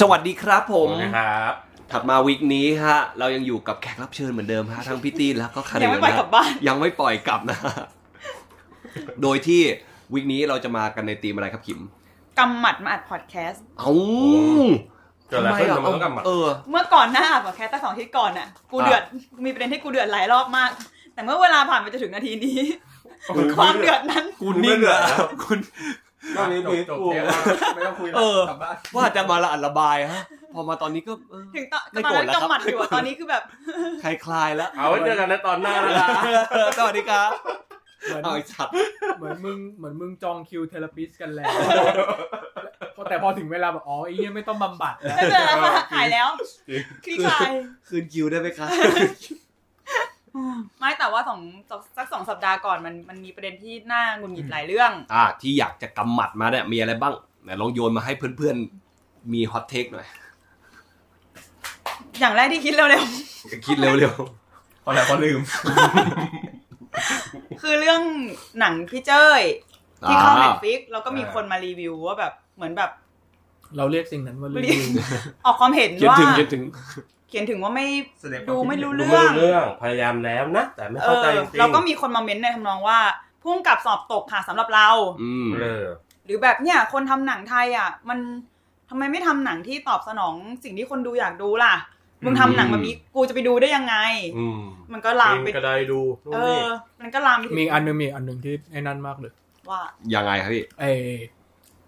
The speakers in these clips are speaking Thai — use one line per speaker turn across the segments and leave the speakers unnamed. สวัสดีครับผม
นะครับ
ถัดมาวีคนี้ฮะ เรายังอยู่กับแขกรับเชิญเหมือนเดิมฮะ ทั้งพี่ตีนแล้วก็คาริ
ยังไม่ปล่อย
นะ
กลับบ้าน
ยังไม่ปล่อยกลับนะ โดยที่วีคนี้เราจะมากันในธีมอะไรครับขิม
กำหมัดมาอัดพอดแคสต์
เอ้า
เกิดอะไรขึ้น
ทำ
ทำไมต้องกลับมา
เออ
เมื่อก่อนหน้าอัดพอดแคสต์ตั้งสองอาทิตย์ก่อนน่ะ กู
อ่ะ
เดือด มีประเด็นที่กูเดือดหลายรอบมาก แต่เมื่อเวลาผ่านไปจนถึงนาทีนี้ ความเดือดนั้น
กูนิ่งเหรอคุณ
รอบนี้บีบกู
ไม่ต้องคุย
เออ
กลับบ้าน
ว่าจะมาละอัดระบายฮะ พอมาตอนนี้ก็เออ
ถึงตอน
ไม่
ตอน
โกรธ
นั้น
แล้วครับ
กำหมัดอยู่อะตอนนี้คือแบบ
คลายคลายๆแล้ว
เอาไว้เจอกันในตอนหน้านะครับ
สวัสดีครับ
เหมือน
เอาไอ้สัตว์
เหมือนมึงเหมือนมึงจองคิวเทเลปิสกัน แล้วพอแต่พอถึงเวลาแบบอ๋อไอ้เหี้ยไม่ต้องบำบัดแล้ว
ไม่เป็นไรแล้วค่ะหายแล้ว คลี่คลาย
คืนคิวได้ไหมครับ
ไม่แต่ว่าสองสักสองสัปดาห์ก่อนมันมันมีประเด็นที่น่าหงุดหงิดหลายเรื่อง
อ่าที่อยากจะกำหมัดมาเนี่ยมีอะไรบ้างไหนลองโยนมาให้เพื่อนๆ มีฮอตเทคหน่อย
อย่างแรกที่คิดเร็ว
คิดเร็ว
พอแล้วพอลืม
ๆ คือเรื่องหนังพี่เจ้ย
ๆ
ที่เข้า
อ่
เน็ตฟิกแล้วก็มี
อ่า
คนมารีวิวว่าแบบเหมือนแบบ
เราเรียกสิ่งนั้นว่าลืม
ออกความเห็น
เขียน
ว่า
ถึงเขียนถึง
เขียนถึงว่าไม่
แสดง
ดูไม่รู้
ดู
เรื่
ไม่
อง
รู้เรื่อง พยายามแล้วนะ แต่ไม่
เอ
เข้า
อ
ใจจริงๆ
เราก็มีคนมาเม้นต์ในทำนองว่าพุ่งกับสอบตกค่ะสำหรับเรา
อืม
เออ
หรือแบบเนี่ยคนทำหนังไทยอ่ะ มันทำไมไม่ทำหนังที่ตอบสนองสิ่งที่คนดูอยากดูล่ะ มึงทำหนังแบบนี้กูจะไปดูได้ยังไง
อืม
มันก็ลามไป
เป็นกระไดดูนู่น
เอ
นี่
อ มันก็ลามไป
มีอันหนึงมีอันหนึ่งที่ไอ้นั่นมากเลย
ว่า
ยังไงครับพี่
ไอ้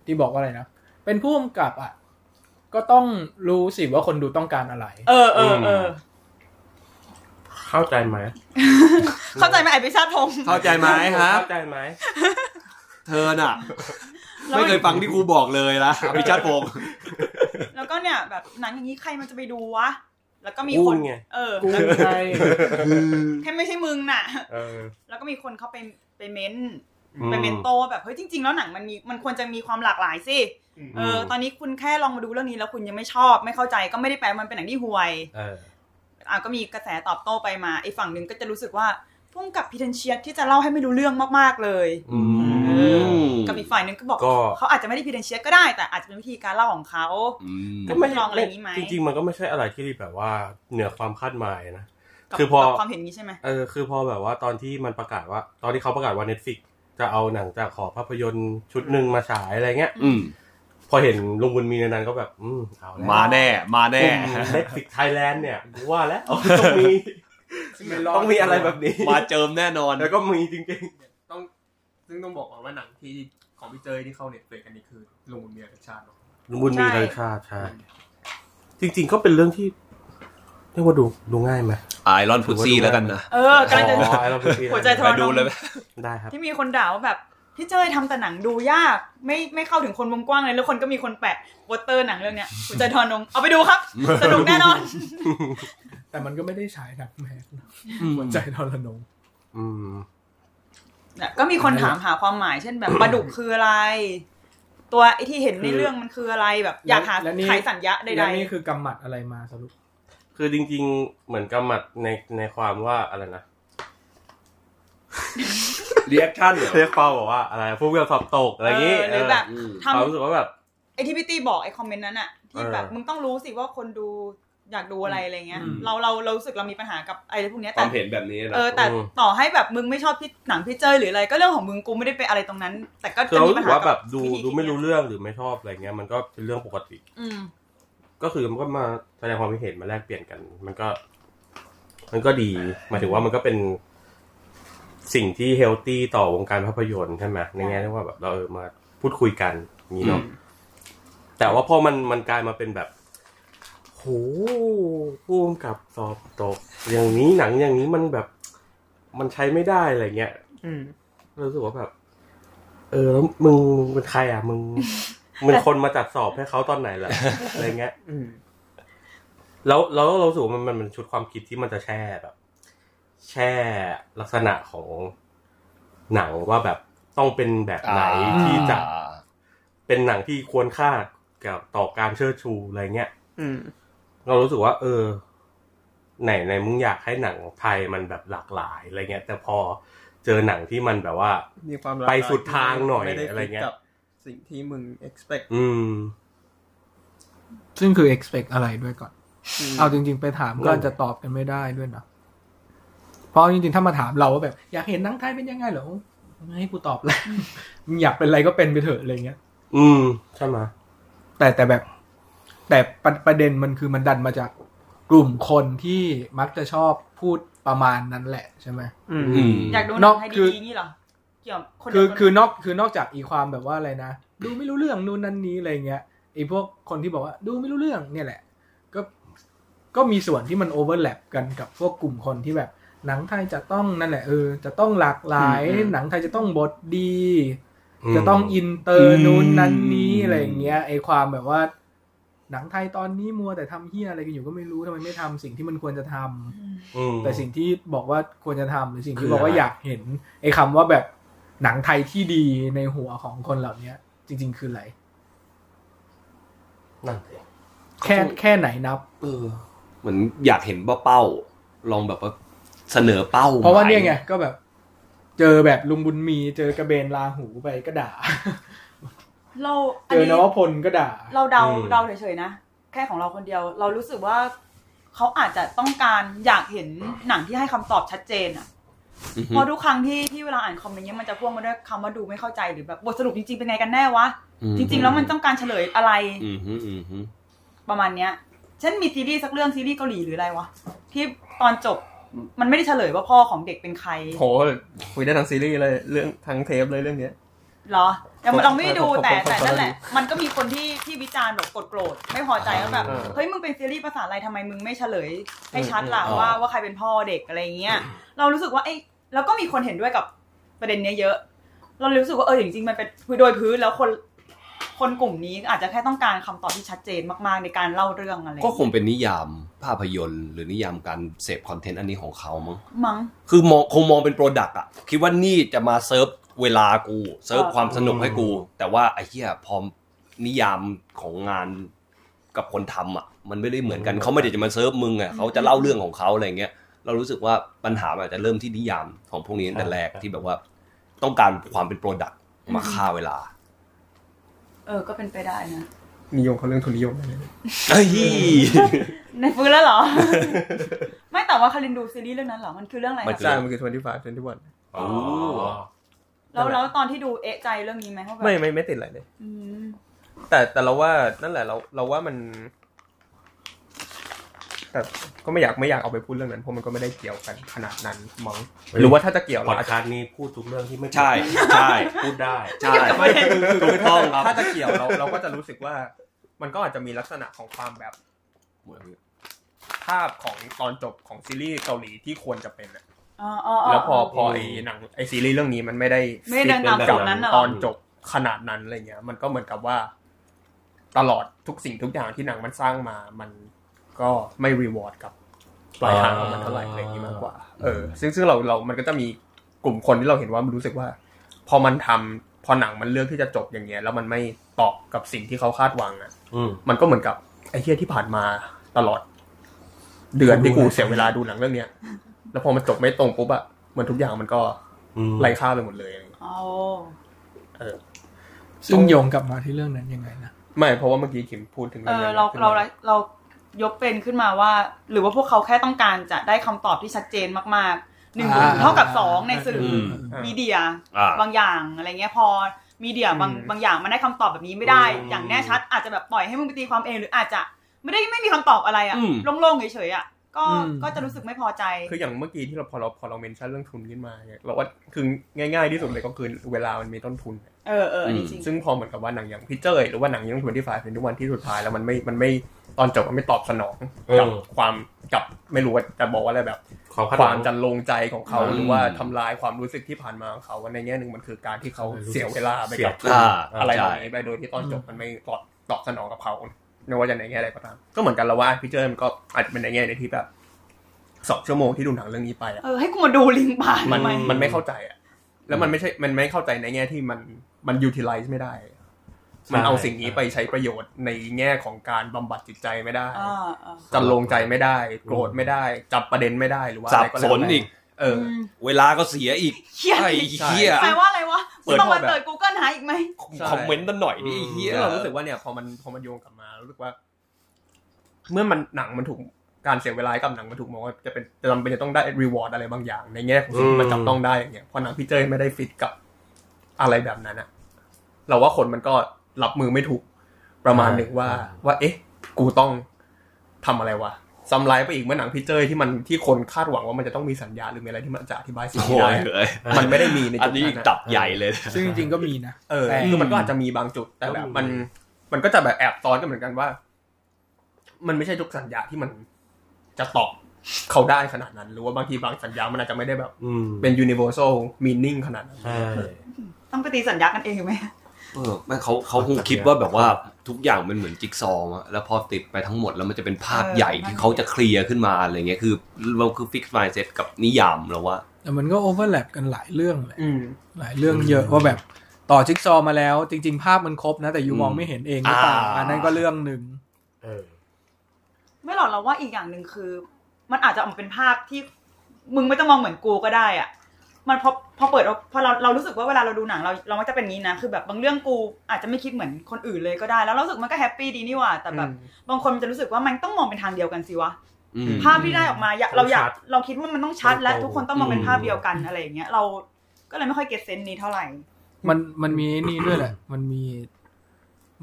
ที่บอกว่าอะไรนะเป็นผู้กำกับอ่ะก็ต้องรู้สิว่าคนดูต้องการอะไร
เออเออเออ
เข้าใจไหม
เข้าใจไหมไอ้พิชาติพงษ์
เข้าใจไหมครับ
เข้าใจไหม
เธอน่ะ
แล้ว
ไม่เคยฟังที่ครูบอกเลยนะอภิชาติพงศ์
แล้วก็เนี่ยแบบหนังอย่างนี้ใครมันจะไปดูวะแล้วก็มี
พู
ค
ด
น
ไง
เออ
กู
แล้ว
ไง
แค่ไม่ใช่มึงน่ะ
เออ
แล้วก็มีคนเขาไปไปเม้น
อืม
ไปเมนโตว่าแบบเฮ้ยจริง ๆ แล้วหนังมันมีมันควรจะมีความหลากหลายสิเออตอนนี้คุณแค่ลองมาดูเรื่องนี้แล้วคุณยังไม่ชอบ ไม่เข้าใจก็ไม่ได้แปลว่ามันเป็นหนังที่ห่วย
เออ
อ่ะก็มีกระแสตอบโต้ไปมาไอ้ฝั่งหนึ่งก็จะรู้สึกว่าพุ่งกับพีเทนเชียที่จะเล่าให้ไม่รู้เรื่องมากๆเลย
อื
เอ
ม
อกับอีกฝ่ายหนึ่งก็บอก
ก็
เขาอาจจะไม่ได้พีเทนเชียก็ได้แต่อาจจะเป็นวิธีการเล่าของเขา
ก็ไม่
ลองอะไรอย่างนี้ไหม
จริงๆ มันก็ไม่ใช่อะไรที่แบบว่าเหนือความคาดหมายนะ
กั
คือพอ
กับความเห็นนี้ใช่ไหม
เออคือพอแบบว่าตอนที่มันประกาศว่า ตอนที่เขาประกาศว่า Netflix จะเอาหนังจากขอภาพยนตร์ชุดหนึ่งมาฉายอะไรเงี้ย
อืม
พอเห็นลุงบุญมีในนั้นก็แบบ อืมเอาแล้ว
มาแน่ มาแน่
เน็ตฟิกไทยแลนด์เนี่ยกูว่าแล้วต้องมีต้องมีอะไรแบบนี้
มาเจิมแน่นอน
แล้วก็มีจริง
ต้องซึ่งต้องบอกก่อนว่าหนังที่ของพี่เจยที่เข้าเน็ตเฟลกันนี่คือลุงบุญเมียกับชาติ
ๆลุงบุญมีเลยค่ะใช่จริง ๆ ก็เป็นเรื่องที่เรียกว่าดูดูง่ายไหม
ไอรอนฟุตซี่แล้วกันนะ
เออกำลังจะ
อ๋อ Iron Fist
หัวใจทร
ไป
มาน
ดูเลยไหม
ได้ครับ
ที่มีคนด่าว่าแบบพี่เจ้ยทำแต่หนังดูยาก ไม่ไม่เข้าถึงคนวงกว้างเลยแล้วคนก็มีคนแปะโปสเตอร์หนังเรื่องเนี้ยหัวใจทอนงเอาไปดู ครับ สนุกแน่นอน
แต่มันก็ไม่ได้ฉายหนักแมสนะ
อืม
หัวใจทรนง
อืม
เนี่ยก็มีคนถามหาความหมายเช่นแบบ ปลาดุกคืออะไร ตัวไอที่เห็นในเรื่องมันคืออะไรแบบ อยากหา
และนี่
ไขสัญญะใด
แล้วนี่คือกำหมัดอะไรมาสรุป
คือจริง ๆ เหมือนกำหมัดในในความว่าอะไรนะ
เรียกท่านเหรอ
เรียกเป้าบอกว่าอะไรผู้เรียนสอบตก
ๆ
อะไรอย่าง
เ
งี้
หรือแบบ
อืม
ท
ความรู้สึกว่าแบบ
ำไอที่พี่ตี้บอกไอคอมเมนต์นั้นอะที่แบบ
เออ
มึงต้องรู้สิว่าคนดูอยากดูอะไรอะไรเงี้ย
อืม
เราเราเรารู้สึกเรามีปัญหากับไอพวกเนี้ย
ค
แต่
วามเห็นแบบนี้นะ
เออแต่
อืม
ต่อให้แบบมึงไม่ชอบพี่หนังพี่เจ้ยหรืออะไรก็เรื่องของมึงกูไม่ได้ไปอะไรตรงนั้น แต่ก็
คือ
จะ
เรา
มี
รู้
ปัญ
สึก
หา
ว่าแบ
กับบ
ดู
วิธี
ดูไม่รู้
คิด
เรื่องหรือไม่ชอบอะไรเงี้ยมันก็เป็นเรื่องปกติ
อืม
ก็คือมันก็มาแสดงความคิดเห็นมาแลกเปลี่ยนกัน มันก็ มันก็ดีหมายถึงว่ามันก็เป็นสิ่งที่เฮลตี้ต่อวงการภาพยนตร์ใช่ไหมในแง่ที่ว่าแบบเราเออมาพูดคุยกันนี้เนาะแต่ว่าพอมันมันกลายมาเป็นแบบโหพ่วงกับสอบตก อย่างนี้หนังอย่างนี้มันแบบ มันใช้ไม่ได้อะไรเงี้ย
อืม
รู้สึกว่าแบบ เออแล้วมึงมึงเป็นใครอ่ะ มึงมึงคนมาจัดสอบให้เขาตอนไหนล่ะ อะไรเงี้ย
อืม
แล้วแล้วเรารู้สึกว่ามันมันเป็นชุดความคิดที่มันจะแช่แบบ แช่ลักษณะของหนังว่าแบบต้องเป็นแบบไหนที่จะ
อ่า
เป็นหนังที่ควรค่ากับต่อการเชิดชูอะไรเงี้ย
อืม
เรารู้สึกว่า เออไหนไหนมึงอยากให้หนังไทยมันแบบหลากหลายอะไรเงี้ย แต่พอเจอหนังที่มันแบบว่า
มีความรัก
ไปสุดทางหน่อย
ม่ด้
อะไรเงี้ย
กับสิ่งที่มึง expect
อืม
ซึ่งคือ expect อะไรด้วยก่อน เอาจริง ๆ ไปถามก็
อืม
จะตอบกันไม่ได้ด้วยนะเพราะจริงๆ ถ้ามาถามเราว่าแบบ อยากเห็นหนังไทยเป็นยังไงเหรอไม่ให้กูตอบแล้ว มึงอยากเป็นอะไรก็เป็นไปเถอะอะไรเงี้ย
อืมใช่ไหมย
แต่แต่แบบ แต่ประประเด็นมันคือมันดันมาจากกลุ่มคนที่มักจะชอบพูดประมาณนั้นแหละใช่ไหม
อืม
อืม
อยากดูหนังไทย
นอกคือ
ดีๆนี่เหรอเกี่ยวกับคน
คื
เดี
อ
ยว
คือนอกคือนอกจากอีความแบบว่าอะไรนะดูไม่รู้เรื่องนู่นนั่นนี้อะไรเงี้ยไอ้พวกคนที่บอกว่าดูไม่รู้เรื่องเนี่ยแหละ ก็ก็มีส่วนที่มันโอเวอร์แลปกันกับพวกกลุ่มคนที่แบบ หนังไทยจะต้องนั่นแหละเออจะต้องหลากหลาย
อืมอืม
หนังไทยจะต้องบทดี
ม
จะต้องอินเตอร์นู้นนั้นนี้
อืม
อะไรอย่างเงี้ยไอความแบบว่า หนังไทยตอนนี้มัวแต่ทำเฮียอะไรกันอยู่ก็ไม่รู้ทำไมไม่ทำสิ่งที่มันควรจะทำ
อืม
แต่สิ่งที่บอกว่าควรจะทำหรือสิ่ง
คื
ที่
อ
บอกว่า
อะไร
อยากเห็นไอคำว่าแบบหนังไทยที่ดีในหัวของคนเหล่าเนี้ย จริง ๆ คืออะไร
นั่นเอง
แค่แค่ไหนนับ
เออ
เหมือนอยากเห็นว่าเป้า ลองแบบว่าเสนอเป้า
เพราะว่าเนี่ยไงก็แบบ เจอแบบลุงบุญมี เจอกระเบนลาหูไปก็ด่า
เราอัน
เจอน
นี้
วพลก็ด่า
เราเดา
อืม
เดาเฉยๆนะ แค่ของเราคนเดียว เรารู้สึกว่าเขาอาจจะต้องการอยากเห็นหนังที่ให้คำตอบชัดเจนอ่ะ
อือฮึ
เพราะทุกครั้งที่ที่เวลาอ่านคอมเมนต์เนี้ยมันจะพ่วงมาด้วยคำว่าดูไม่เข้าใจหรือแบบบทสรุปจริงๆเป็นไงกันแน่วะ จริง ๆ แล้วมันต้องการเฉลยอะไร
อืมฮึอืมฮึ
ประมาณเนี้ยเช่นมีซีรีส์สักเรื่องซีรีส์เกาหลีหรืออะไรวะที่ตอนจบมันไม่ได้เฉลยว่าพ่อของเด็กเป็นใคร
โหคุยได้ทั้งซีรีส์เลยเรื่องทั้งเทปเลยเรื่องเนี้ย
เหรอแต่เราไม่ได้ดู
ผมผม
แต่
ผม
แต่นั่นแหละ
ผม
มันก็มีคนที่ที่วิจารณ์แบบโกรธๆไม่พอใจแล้วแบบ
อ่า
เฮ้ยมึงเป็นซีรีส์ภาษาอะไรทำไมมึงไม่เฉลยให้ชัดล่ะว่าว่าใครเป็นพ่อเด็กอะไรเงี้ยเรารู้สึกว่าไอ้ยแล้วก็มีคนเห็นด้วยกับประเด็นเนี้ยเยอะ เราเลยรู้สึกว่าเออจริงๆมันเป็นคือโดยพื้นแล้วคนคนกลุ่มนี้อาจจะแค่ต้องการคำตอบที่ชัดเจนมากๆในการเล่าเรื่องอะไร
ก็คงเป็นนิยามภาพยนตร์ หรือนิยามการเสพคอนเทนต์อันนี้ของเขามั้ง
มั้ง
คือมองคงมองเป็นโปรดักต์อะคิดว่านี่จะมาเซิร์ฟเวลากูเซิร์ฟความสนุกให้กู แต่ว่าไอ้เหี้ยพอนิยามของงานกับคนทำอะมันไม่ได้เหมือนกันเขาไม่ได้จะมาเซิร์ฟมึงอะเขาจะเล่าเรื่องของเขาอะไรเงี้ยเรารู้สึกว่าปัญหามันอาจจะเริ่มที่นิยามของพวกนี้ตั้งแต่แรก
ครับ
ที่แบบว่าต้องการความเป็นโปรดักต์มาฆ่าเวลา
เออ ก็เป็นไปได้นะ
นิยมเขาเรื่องทุนนิยมเลย
เฮ้ย
ในฟื้นแล้วเห รอ ไม่แต่ว่าคารินดูซีรีส์เรื่องนั้นเหรอ มันคือเรื่องอะไร
ใช่
คะ
มันคือ 25 21
โอ้
แล้วแล้วตอนที่ดูเอะใจเรื่องนี้ไหมว่าแบบ
ไม่ไม่ไม่ติดอะไรเลย
อืม
แต่แต่เราว่านั่นแหละเราเราว่ามัน แต่ก็ไม่อยากไม่อยากเอาไปพูดเรื่องนั้นเพราะมันก็ไม่ได้เกี่ยวกันขนาดนั้นมั้งหรือว่าถ้าจะเกี่ยว
พอด
เราอาจ
คา
จะ
สต์นี้พูดทุกเรื่องที่ไม่
ใช่ใช่
พูดได้
ใช่ถูกต้องครับ
ถ้าจะเกี่ยวเราเราก็จะรู้สึกว่า มันก็อาจจะมีลักษณะของความแบบภาพของตอนจบของซีรีส์เกาหลีที่ควรจะเป็นอะ
อ๋ออ๋ออ๋อ
แล้วพอพอไอ้หนังไอ้ซีรีส์เรื่องนี้มันไม่ได้
ไม่ได้เดินตาม
เป็นแบบ
จุดนั้นน่ะเหร
ต
อ
อนจบขนาดนั้นอะไรเงี้ย มันก็เหมือนกับว่า ตลอดทุกสิ่งทุกอย่างที่หนังมันสร้างมา มันก็ไม่รีวอร์ดกับปลายทางของมันเท่าไหร่อะไรอย่างนี้มากกว่า เออ ซึ่งซึ่งเราเรา มันก็จะมีกลุ่มคนที่เราเห็นว่ามันรู้สึกว่า พอมันทำพอหนังมันเลือกที่จะจบอย่างเงี้ย แล้วมันไม่ตอบกับสิ่งที่เขาคาดหวังอ่ะ
อืม
มันก็เหมือนกับไอ้เที่ยที่ผ่านมาตลอด เดือนที่กูเสียเวลาดูหนังเรื่องเนี้ย แล้วพอมันจบไม่ตรงปุ๊บอะเหมือนทุกอย่างมันก็
อืม
ไร้ค่าไปหมดเลยอะไรเงี้ย
อ๋อ
ซึ่งโยงกลับมาที่เรื่องนั้นยังไงนะ
ไม่เพราะว่าเมื่อกี้ขิมพูดถึง
เอ
รื่อง
อ
นั้น
เรา
ขึ้นม
เราเราเรายกเป็นขึ้นมาว่า หรือว่าพวกเขาแค่ต้องการจะได้คำตอบที่ชัดเจนมากๆหนึ่ง
อ่า
เท่ากับสองในสื่อ
อืม
อ่า
มีเดีย
อ่า
บางอย่างอะไรเงี้ยพอมีเดียบาง
อืม
บางอย่างมันได้คำตอบแบบนี้ไม่ได้ อย่างแน่ชัดอาจจะแบบปล่อยให้มึงไปตีความเองหรืออาจจะไม่ได้ไม่มีคำตอบอะไรอะ
อืม
โล่งๆเฉยๆอะก็
อืม
ก็จะรู้สึกไม่พอใจ
คืออย่างเมื่อกี้ที่เราพอเราพอเราเมนชั่นเรื่องทุนขึ้นมาเนี่ยเราว่าคือง่าย ๆที่สุดเลยก็คือเวลามันมีต้นทุน
เออเอออันนี้จริง
ซึ่งพอเหมือนกับว่าหนังอย่างพิเจอร์หรือว่าหนังอย่างทวนที่ฝ่ายเป็นทุกวันที่สุดท้ายแล้วมันไม่มันไม่ตอนจบมันไม่ตอบสนองกับความกับไม่รู้ว่าจะบอกว่าอะไรแบบ
ขอคาด
ค
ห
วา
วั
ม
ง
จันลงใจของเขา
อืม
หรือว่าทำลายความรู้สึกที่ผ่านมาของเขาในแง่หนึ่งมันคือการที่เขาเสียเวลาไปกับ
อ่า
อะไรเห
ใช่
ล่านี้ไปโดยที่ตอนจบมันไม่ตอบตอบสนองกับเขาไม่ว่าจะในแง่อะไรก็ตาม ก็เหมือนกันเราว่าพี่เจอมันก็อาจจะเป็นในแง่ในที่แบบสองชั่วโมงที่ดูหนังเรื่องนี้ไปอะ
เออให้กูมาดูลิงป่า
มัน
ทำไม
มันไม่เข้าใจอ่ะ แล้วมันไม่ใช่มันไม่เข้าใจในแง่ที่มันมัน utilize ไม่ได้ มันเอาสิ่งนี้ไปใช้ประโยชน์ในแง่ของการบำบัดจิตใจไม่ได้
อ่าอ่า
จันลงใจไม่ได้ โกรธไม่ได้ จับประเด็นไม่ได้หรือว่า
สั
อะ
บ
ไรก็
ส
แล้ว
น
แต่
อีก
เออ
ม
เวลาก็เสียอีก
เฮีย
ไอ้เหี้ย
แปลว่าอะไรวะ
เปิด
ต้องมา
ข้อแบบ
เปิด Google หาอีกไหม
ใช่
คอมเมนต์กันหน่อยดิไอ้เฮีย
ซึ่งเรารู้สึกว่าเนี่ยพอมันพอมันโยงกลับมารู้สึกว่า เมื่อมันหนังมันถูกการเสียเวลากับหนังมันถูกมองว่าจะเป็นจะจำเป็นจะต้องได้รีวอร์ดอะไรบางอย่าง ในแง่ของสิ่งที่มันจับต้องได้อย่างเงี้ยเพราะหนังพี่เจยไม่ได้ฟิตกับอะไรแบบนั้นอะเราว่าคนมันก็รับมือไม่ถูกประมาณหนึ่งว่า ว่าเอ๊ะ กูต้องทำอะไรวะซ้ำไลฟ์ไปอีกเมื่อหนังพี่เจยที่มันที่คนคาดหวังว่ามันจะต้องมีสัญญาหรือมีอะไรที่มันจะอธิบายสิ่ง
โอ้
นี้ได้
ย
อะ
เอ้ย
มันไม่ได้มีใน
อั
จุ
น
ด
นี้
นั้
อี
น
ก
อะ
ตับใหญ่เลย
ซึ่งจริงๆก็มีนะ
เออ
แต่
คือมันก็อาจจะมีบางจุด แต่แบบมัน มันก็จะแบบแอบซ้อนกันเหมือนกันว่า มันไม่ใช่ทุกสัญญาที่มันจะตอบเขาได้ขนาดนั้น หรือว่าบางทีบางสัญญามันอาจจะไม่ได้แบบ
อืม
เป็น universal meaning ขนาดนั้น
ใช่
ต้องไปตีสัญญากันเองไหม
เออไม่เขาเขาคงคิดว่าแบบว่าทุกอย่างมันเหมือนจิ๊กซอว์อะแล้วพอติดไปทั้งหมดแล้วมันจะเป็นภาพ
เออ
ใหญ่ที่เขาจะเคลียร์ขึ้นมาอะไรเงี้ยคือเราคือฟิกไมเซ็ตกับนิยามแล้วว่า
แต่มันก็โอเวอร์แลปกันหลายเรื่องเลย
อืม
หลายเรื่องเยอะว่าแบบต่อจิ๊กซอว์มาแล้ว จริง ๆ ภาพมันครบนะ แต่ยู
อืม
มองไม่เห็นเองหรือเปล่า
อ่า
อันนั้นก็เรื่องหนึ่ง
เออ
ไม่หรอกเราว่าอีกอย่างหนึ่งคือ มันอาจจะออกมาเป็นภาพที่มึงไม่ต้องมองเหมือนกูก็ได้อะมันพอพอเปิดออกพอเราเรารู้สึกว่าเวลาเราดูหนังเราเรามักจะเป็นงี้นะคือแบบบางเรื่องกูอาจจะไม่คิดเหมือนคนอื่นเลยก็ได้ แล้วเรารู้สึกมันก็แฮปปี้ดีนี่หว่าแต่แบบบางคนมันจะรู้สึกว่ามันต้องมองเป็นทางเดียวกันสิวะ
อืม
ภาพที่ได้ออกมาอยากเราอยาก
ชัด
เราคิดว่ามันต้องชัด และ
ตรงๆ
ทุกคนต้องมองเป็น
อืม
ภาพเดียวกันอะไรอย่างเงี้ยเราก็เลยไม่ค่อยเก็ตเซนส์นี้เท่าไหร่
มันมันมีนี่ด้วยแหละ มันมี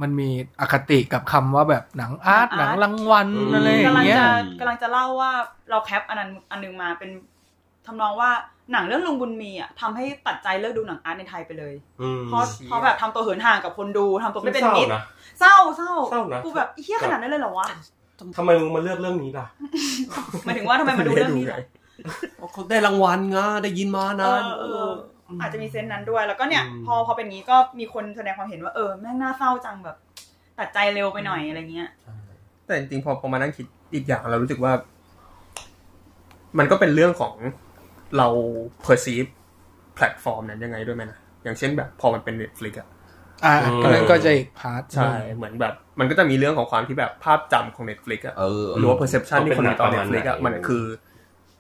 มันมีอคติกับคำว่าแบบหนังอาร์ต
อาร์ต
หนังรางวัล
อืม
อะไรอ
ำ
ย่าก
ลัง
งเงี้ย
จะกำลังจะเล่าว่าเราแคปอันนั้นอันนึงมาเป็นทำนองว่าหนังเรื่องลุงบุญมีอ่ะทำให้ตัดใจเลิกดูหนังอาร์ตในไทยไปเลย
อืม
เพราะ
เชี่ย
เพราะแบบทำตัวเหินห่างกับคนดูทำตัวไม่เป็นมิตร
ศร้าะ
เศร้าเศร้า
เศร้านะ
กูแบบเฮี้ยขนาดนั้นเลยเหรอวะ
ทำไมมึงมาเลือกเรื่องนี้ล่ะ
หมายถึงว่าทำไมมาดูเรื่องนี้เหรอ
เขาได้รางวัลไงได้ยินมา
เอ
นะ
อเอออาจจะมีเซนส์นั้นด้วย แล้วก็เนี่ย
อืม
พอพอเป็นงี้ก็มีคนแสดงความเห็นว่าเออแม่งน่าเศร้าจังแบบ ตัดใจเร็วไปหน่อยอะไรเงี้ย
แต่จริงๆพอพอมานั่งคิดอีกอย่างเรารู้สึกว่า มันก็เป็นเรื่องของเรา perceive แพลตฟอร์มนั้นยังไงด้วยไหมนะอย่างเช่นแบบ พอมันเป็น Netflix อะ
อ่าก็นั้นก็จะอีกพาร์ท
ใช่ เหมือนแบบ มันก็จะมีเรื่องของความที่แบบภาพจำของ Netflix อะ
เออ
หรือว่า perception
ก็เป็
ที่
น
คนมีต่อ
ประมาณ
Netflix อะ
ไหน
มันคือ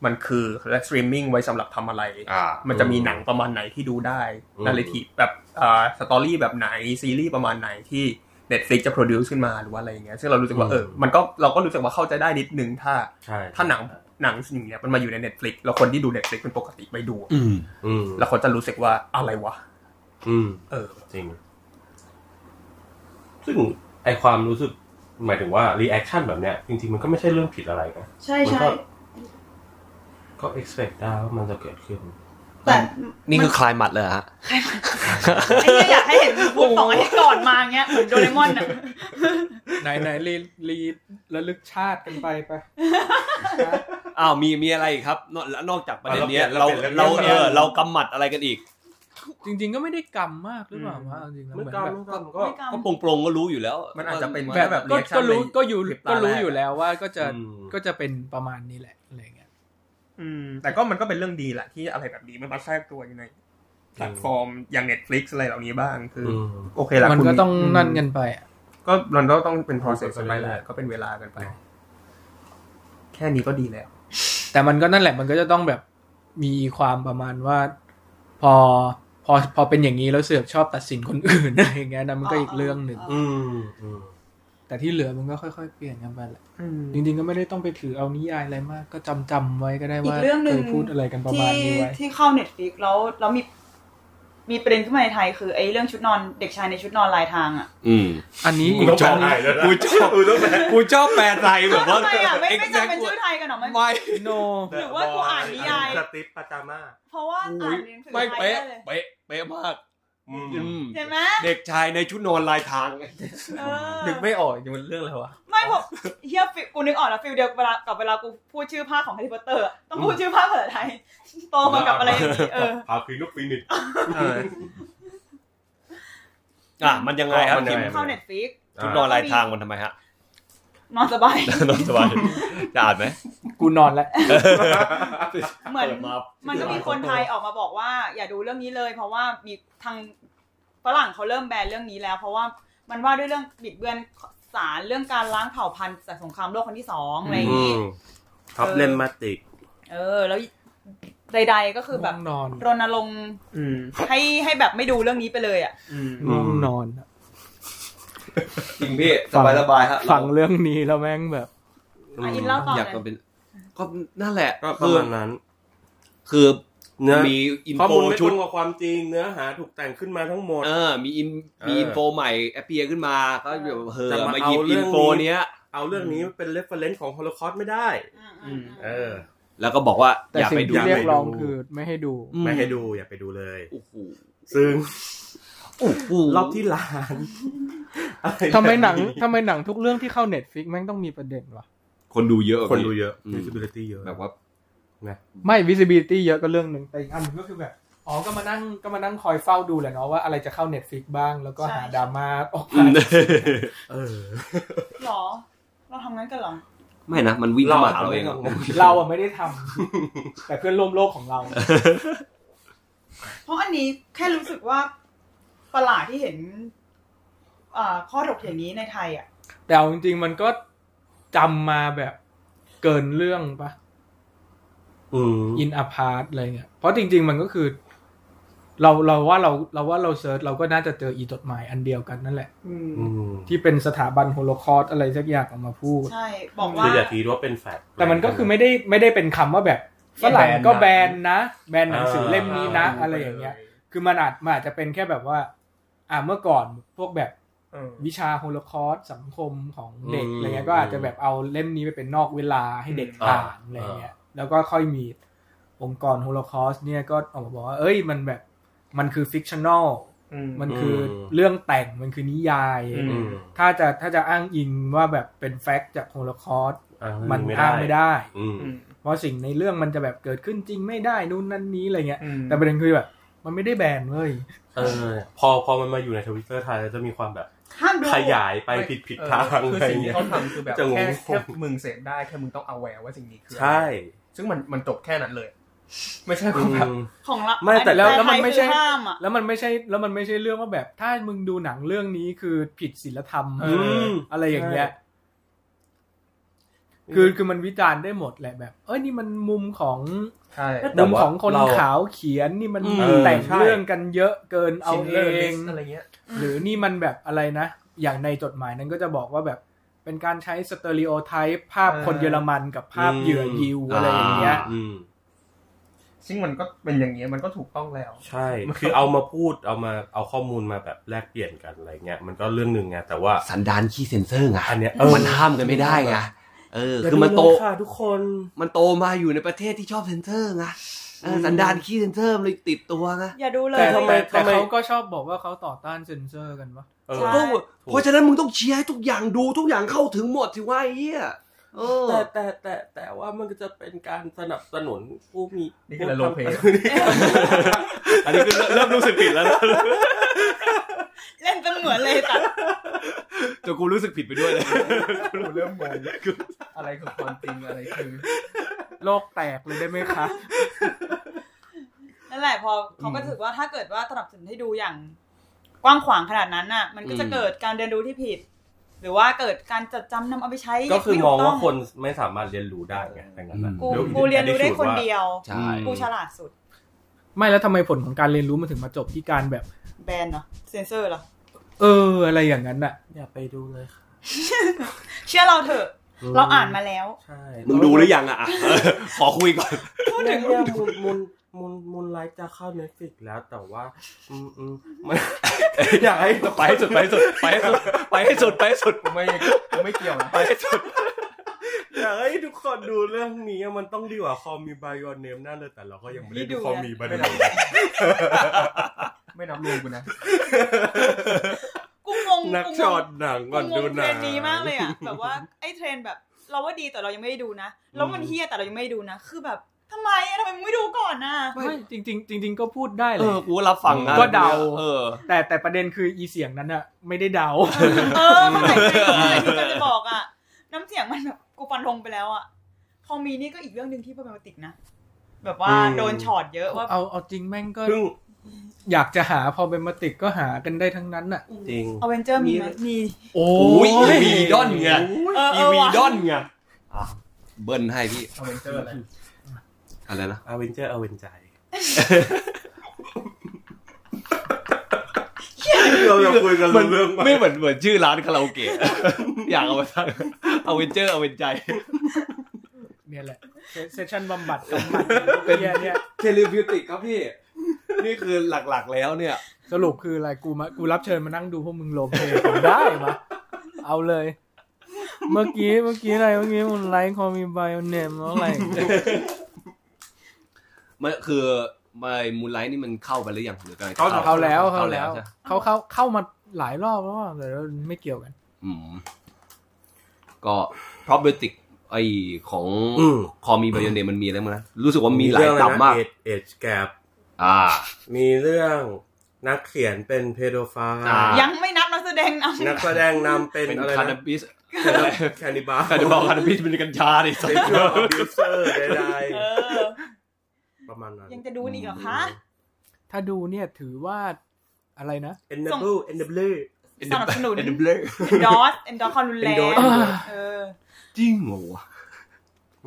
มันคือและ streaming ไว้สำหรับทำอะไร
อ่า
มันจะมีหนังประมาณไหนที่ดูได้
อืม
นาริทีแบบอ่าสตอรี่แบบไหน ซีรีส์ประมาณไหนที่ Netflix จะ produce ขึ้นมาหรือว่าอะไรอย่างเงี้ยซึ่งเรารู้สึกว่าเออมันก็เราก็รู้สึกว่าเข้าใจได้นิดนึงถ้า
ใช่
ถ้าหนังหนังสิ่งเนี้ยมันมาอยู่ใน Netflix แล้วคนที่ดู Netflix เป็นปกติไปดู
อืม
อืม
แล้วเขาจะรู้สึกว่าอะไรวะ
อืม
เออ
จริง ซึ่งไอความรู้สึก หมายถึงว่ารีแอคชั่นแบบเนี้ย จริงๆ มันก็ไม่ใช่เรื่องผิดอะไรนะ
ใช่
มัน
ใช่
ก็ ก็ expect ได้ว่ามันจะเกิดขึ้น
แต่
นี่คือคลายหมัดเลยเหรอฮะ
ไอ้เนี้ยอยากให้เห็นพูดสองไอ้ที่ก่อนมาเงี้ยเหมือนโดเรมอนอะ
ไหนไหนรีรีระลึกชาติกันไปไป
อ้าวมีมีอะไรอีกครับนอกนอกจากประเด็นเนี้ยเรา
เราเปลี่
เราเออ
ยนเรื่องเปลี่ยนเรื่อง
เรากำหมัดอะไรกันอีก
จริง ๆ ก็ไม่ได้กรรมมากหรือเปล่าวะเอาจริงแล้ว
ไม่
เหมือน
กล้า
แบบ
ไม่กล้าก็
ไม่กล้า
ก็ปรงปรงๆก็รู้อยู่แล้ว
มันอาจจะเป็น
ว่
แบบ
แบบ
ก็
reaction
ก็รู้
ใน
ก็อยู่
คลิปตา
ก็รู้
แรก
อยู่แล้วว่าก็จะ
อืม
ก็จะเป็นประมาณนี้แหละอะไรเงี้ย
อืมแต่ก็มันก็เป็นเรื่องดีแหละที่อะไรแบบนี้มันมาแทรกตัวอยู่ในแพลตฟอร์มอย่าง Netflix อะไรเหล่านี้บ้างคืออ
อืม
โอเคละ
มัน
คุณ
ก็ต้องนั่นกันไปอะ
ก็มันก็ต้องเป็น process
ต้องไป
ไป
เรื่
แห
อยๆ
ละก็เป็นเวลากันไป แค่นี้ก็ดีแล้ว
แต่มันก็นั่นแหละมันก็จะต้องแบบมีความประมาณว่า พอพอพอเป็นอย่างนี้แล้วเสือกชอบตัดสินคนอื่น อะไรอย่างเงี้ยนะมันก็อีกเรื่องหนึ่ง
อืมอืม
แต่ที่เหลือมันก็ค่อยๆเปลี่ยนกันไปแหละ
อืม
จริงๆก็ไม่ได้ต้องไปถือเอานิยายอะไรมาก ก็จำจำไว้ก็ได้
อี
ว่าก
เรื่องหนึ่ง
ยพูดอะไรกันประมาณ
ที่
นี้ไว้
ที่เข้าเน็ตฟลิกแล้วแล้วมีมีประเด็นขึ้นมาในไทย คือไอ้เรื่องชุดนอนเด็กชายในชุดนอนลายทางอ่ะ
อืม
อันนี้
กูต้องแปลไทยแล้วนะ
กูชอบ
กูต้องแปล
กูชอบแปลไทยแบบว่า
ทำไมอ่ะไม่ไม่
exact
จำเป็นชื่อไทยกันเหรอมัน
ไม่
โน
หรือว่ากูอ่านนิยาย
สติปปาจาม่า
เพราะว่าอ่านหนังสือ
ไม่
ไทย
เป๊ะ
ได้เลย
เป๊ะเป๊ะมาก
อืม
อืม
เห็นไหม
เด็กชายในชุดนอนลายทาง
เออ
นึกไม่ออกจริงๆมันเรื่องอะไรวะ
ไม่ผมเฮียฟิกูนึกออกแล้วฟิลเดียวเวลากับเวลากูพูดชื่อภาคของแฮร์รี่พอตเตอร์อะต้องพูดชื่อภาคภาษาไทยโตมากับอะไรอย่างนี้เออ
พาคิงนกฟินิก
เออ
อ่ะมันยังไงครับ
มันยั
ที
ง
ม
ไง
เข้าเน็ตฟลิก
ชุดนอนลายทางมันทำไมฮะ
นอนสบาย
น อนสบายจะอ่านไหม
กูนอนแล้ว
เหมือน
ปิดา
มันก็มีคนไทยออกมาบอกว่า อย่าดูเรื่องนี้เลย เพราะว่ามีทางฝรั่งเขาเริ่มแบนเรื่องนี้แล้ว เพราะว่ามันว่าด้วยเรื่องบิดเบือนสารเรื่องการล้างเผ่าพันธุ์จากสงครามโลกครั้งที่สองอะไรอย่างนี้
ท็อปเลมมาติก
เออ แล้วใด ๆก็คือแบบ
นอน
รณรงค์
อืม
ให้ให้แบบไม่ดูเรื่องนี้ไปเลยอ่ะ
อืม
ง่วง
น
น
อ
อน น
จริงพี่สบายสบายฮะ
ฟังเรื่องนี้แล้วแม่งแบบ
อ่ะอินเล่าต่อ
อยาก
เลย
มาเป็นก็นั่นแหละ
ก็ประ
คือ
มาณนั้น
คือ
เนื้อ
มีอิน
ข้อ
โฟ
มูลไม่ต
ชุ
ร
ด
งกับความจริงเนื้อหาถูกแต่งขึ้นมาทั้งหมด
เออมีอิน
เออ
มีอินโฟใหม่แอปเปียขึ้นมาก็แบบเฮอ
จะมา
มาหยิบ
เอาเรื่
อิ
อ
น
ง
โฟ
นี้
เนี้ย
เอาเรื่องนี้เป็นเรฟเฟรนซ์ของฮ o โลคอสไม่ได้
อืมอืม
เอ
อืม
อ
แล้วก็บอกว่า
แต่
อย่า
สิ่
ไป
ง
ดู
ที่เรีย
ไป
ก
ดู
ร้องคือไม่ให้ดู
ไม่ให้ดูอย่าไปดูเลย
โอ้โห
ซึ่ง
โอ้โห
รอบที่ล้านอะรแบบ
ทำไมหนังทำไมหนังทุกเรื่องที่เข้าเน็ตฟิกแม่งต้องมีประเด็นวะ
คนดูเยอะ
คนดูเยอะ
ม
visibility เยอะ
แบบว่า
ไม่ visibility เยอะก็เรื่องหนึ่งแต่อีกอันหนึ่งก็คือแบบอ๋อก็มานั่งก็มานั่งคอยเฝ้าดูแหละเนาะว่าอะไรจะเข้าเน็ตฟิกบ้างแล้วก็หาดราม่าออกมา
เออ
หรอ เราทำงั้นกันเหรอ
ไม่นะ มันวิ่งเข้ามาหาเราเองอะ
เราอะไม่ได้ทำแต่เพื่อนร่วมโลกของเรา
เพราะอันนี้แค่รู้สึกว่าประหลาดที่เห็นอ่าข้อถกเถียงนี้ในไทยอ่ะ
แต่เอาจริงๆมันก็จำมาแบบเกินเรื่องปะ
อืม
อินอพาร์ตอะไรเงี้ยเพราะจริง ๆ มันก็คือ เราเราว่าเราเราว่าเราเซิร์ชเราก็น่าจะเจออีจดหมายอันเดียวกันนั่นแหละ
อืม
อืม
ที่เป็นสถาบันโฮโลคอสต์อะไรสักอย่างออกมาพูด
ใช่ บอกว่า
คืออย่าทีว่าเป็นแฟก
แต่มันก็คือไม่ได้ไม่ได้เป็นคำว่าแบบฝรั่งก็แบนนะ แบนหนังสือเล่มนี้นะ อะไรอย่างเงี้ย คือมันอาจมันอาจจะเป็นแค่แบบว่า อ่าเมื่อก่อนพวกแบบ
เออ
วิชาโฮโลคอสต์สังคมของเด็ก
อืม
อะไรเงี้ยก็อาจจะแบบเอาเล่มนี้ไปเป็นนอกเวลาให้เด็ก
อ่า
อ่านอะไรเงี้ยแล้วก็ค่อยมีองค์กรโฮโลคอสต์เนี่ยก็ออกมาบอกว่า เอ้ยมันแบบมันคือฟิกชัน a ลมันคืออ
ม
เรื่องแต่งมันคือนิยาย
อื
อืม
ถ้าจะถ้าจะอ้างอิงว่าแบบเป็นแฟกต์จากโฮโลคอสต์
อ่ะ
มันอ้างไม่ได้
อืม
อืม
เพราะสิ่งในเรื่องมันจะแบบเกิดขึ้นจริงไม่ได้นู่นนั่นนี้อะไรเงี้ย
อืม
แต่ประเด็นคือแบบ มันไม่ได้แบนเว้ย
เออ พอพอมันมาอยู่ในทวิตเตอร์ไทยแล้วจะมีความแบบ
ห้ามดู
ขยายไปผิดผิดทาง
เออคือ
ไร
สิ่งที่
เงี้ย
เขาทำคือแบบ
จะงง
แค่แค่มึงเสพได้แค่มึงต้องเอาแวร์ว่าสิ่งนี้คืออะไร
ใช่
ซึ่งมันมันจบแค่นั้นเลย ไม่ใช่
อื
ว่าแบบ
ม
ของละ
ไม่แต่
อั
แล้วแล้วมันไม่ใช่
ทยคือห้ามอ่ะ
แล้วมันไม่ใช่แล้วมันไม่ใช่เรื่องว่าแบบ ถ้ามึงดูหนังเรื่องนี้คือผิดศีลธรรม
เออ
ม
อะไรอย่างเงี้ย คือคือมันวิจารณ์ได้หมดแหละแบบ เอ้ยนี่มันมุมของ
ใช่
แต่
มุม
ว่า
ของคน
เรา
ขาวเขียนนี่มัน
อืม
แต่ง
ใช่
เรื่องกันเยอะเกินเอาเอ
ชินลร์ลิ
ง
สต์อะไรเงี้ย
หรือนี่มันแบบอะไรนะ อย่างในจดหมายนั้นก็จะบอกว่าแบบ เป็นการใช้สเตอริโอไทป์ภาพคน
เออ
เยอรมันกับภาพเหยื่อยิวอะไรอย่างเงี้ย
อืม
ซึ่งมันก็เป็นอย่างเงี้ยมันก็ถูกต้องแล้ว
ใช่ คือเอามาพูดเอามาเอาข้อมูลมาแบบแลกเปลี่ยนกันอะไรเงี้ย มันก็เรื่องหนึ่งไงแต่ว่า
สันดานขี้เซนเซอร์ไง
อันเนี้ยเออ
มันห้ามกันไม่ได้ไงเออ คือมันโต
ย่าดูเลยค่ะทุกคน
มันโตมาอยู่ในประเทศที่ชอบเซนเซอร์ไงเออสันดานขี้เซนเซอร์มันเลยติดตัวไง
อย่าดูเลย
แต่
ทำไม
แต่เขาก็ชอบบอกว่าเขาต่อต้านเซนเซอร์กันวะ
เออ
ใช่
ก็เพราะฉะนั้นมึงต้องเชียร์ให้ทุกอย่างดูทุกอย่างเข้าถึงหมดสิว่าไอ้เหี้ยเออ
แต่แต่แต่แต่ว่ามันก็จะเป็นการสนับสนุนผู้มี
นี่คืออะไรโรงเพลง
อันนี้คือเริ่มรู้สึกผิดแล้วนะ
เล่นจ นเหมือนเลยแต่
แต่กูรู้สึกผิดไปด้วยเลย
กูเริ่มงงอะไรคือความจริงอะไรคือ
โลกแตกเลยได้ไหมคะ
นั่นแหละพอเขาก็รู้สึกว่าถ้าเกิดว่าสนับสนุนให้ดูอย่าง กว้างขวางขนาดนั้นน่ะ มันก็จะเกิดการเรียนรู้ที่ผิด หรือว่าเกิดการจดจำนำเอาไปใช้
ก็คือมอง
ไถูต้
ว่าคนไม่สามารถเรียนรู้ได้ไงดังนั้นอะ
กูกูเรียนรู้ได้คนเดียว
ใช่
กูฉลาดสุด
ไม่แล้วทำไมผลของการเรียนรู้มันถึงมาจบที่การแบบ
แบนเนาะเซนเซอร์เหรอ
เออ อะไรอย่างนั้นน่ะ
อย่าไปดูเลยค่ะ
เชื่อเราเถอะ
อืม
เราอ่านมาแล้ว
ใช่
มึงดูหรือยังอะอ่ะเออขอคุยก่อน
พูดถึงเนี่ยมูลมูลมูลมูลไลฟ์จะเข้าเน็ตฟิกแล้วแต่ว่า อืมอืมมัน
อยากให้ไปให้สุดไปให้สุดไปให้สุดไปให้สุดไปให้สุด
กูไม่กูไม่เกี่ยวนะ
ไปให้สุด
อยากให้ทุกคนดูเรื่องนี้อะมันต้องดีกว่าคอมีบายอนเนมนั่นเลยแต่เราก็ยังไม่ได้ดูคอมีบายอนเนม
ไม่นับรวมกูนะ
กูงง
นัก
กูงง
ช็อตหนัง
กู
ก่อน
ง
ดู
งเท
ห
ร
นั
น
ง
ด์นี้มากเลยอ่ะ แบบว่าไอ้เทรนด์แบบ เราว่าดีแต่เรายังไม่ได้ดูนะ แล้วมันเฮี้ยแต่เรายังไม่ได้ดูนะ คือแบบทำไมอะทำไมมึงไม่ดูก่อนนะ
ไม่จริงจริงๆจริง ๆ ก็พูดได้เล
เอย อ กูรับฟังนะ
ก็เดา
เออ
แต่แต่ประเด็นคืออีเสียงนั้นอะไม่ได้เดา
เออเข้าใจไหมเข้าใจที่จะบอกอ่ะ น้ำเสียงมันแบบกูฟันธงไปแล้วอ่ะพอมีนี่ก็อีกเรื่องหนึ่งที่เป็นมาติกนะ แบบว่า
อืม
โดนช็อตเยอะว่า
เอาเอาจริงแม่งก็
เพิ่ง
อยากจะหาพอเป็นมาติกก็หากันได้ทั้งนั้นน่ะ
จริง
a เวนเจอร์มีไหมมี
โอ้
อุ้ยอีวีดอนไง
เออเอ
อี
อ
วี
ว่ะ
ดอนไงอ่ะเบิ้ลให้พี่
อเวนเจอร์อะไร
อะไรนะ
อเวนเจอร์อเวนใจเราจะคุยกันรู้เรื่องปะ
ไม่เหมือนเหมือนชื่อร้านคาราโอเกะ อยากเอามาตั้ง เอาเวนเจอร์เอาเวนใจ
เนี่ยแหละเซสชั่นบำบัดบำบัด เนี่ยเหี้ยเนี่ย
เทเลบิวติกครับพี่ นี่คือหลักๆแล้วเนี่ย
สรุปคืออะไรกูมากูรับเชิญมานั่งดูพวกมึงโลมเพลงผมได้ปะเอาเลย เมื่อกี้เมื่อกี้อะไรเมื่อกี้มันไลค์คอมีไบเนมแล้วอะไร
มันคือไม่มูลไลท์นี่มันเข้าไปหรือยังหรือกำลังจะ
เข้า
เขาแล้วเขา
เข้าแล้
แล้ว ว
ใช่ไหม
เขาเข้าเข้ามาหลายรอบแล้วอะแต่ว่าไม่เกี่ยวกัน
อืม ก็พรอพเบติกไอของ
อืม
คอมีไบโอเนมมันมีอะไรมั้งนะ รู้สึกว่ามีหลายตับมาก
เอจแกรบ
อ่า
มีเรื่องนักเขียนเป็นเพโดฟา
อ่า
ยังไม่นับนักแสดงน
นักแสดงนำเป็น
เป็น
อะไร
คานา
นะ
บิส
แคนนิบา
คานาบอกคานาบิสเป็นกัญชาดิสัส
เซ็กชวลอบิวเซอร์ใด
ำเออ
ๆประมาณนั้น
ยังจะดูอีกเหรอคะ
ถ้าดูเนี่ยถือว่าอะไรนะ
enable enable
สนับสนุน
เอ็นดับเบลอร์
ดอสเอ็นดอคอนรุนแรง
Endorse
เออ
จริงเหรอวะ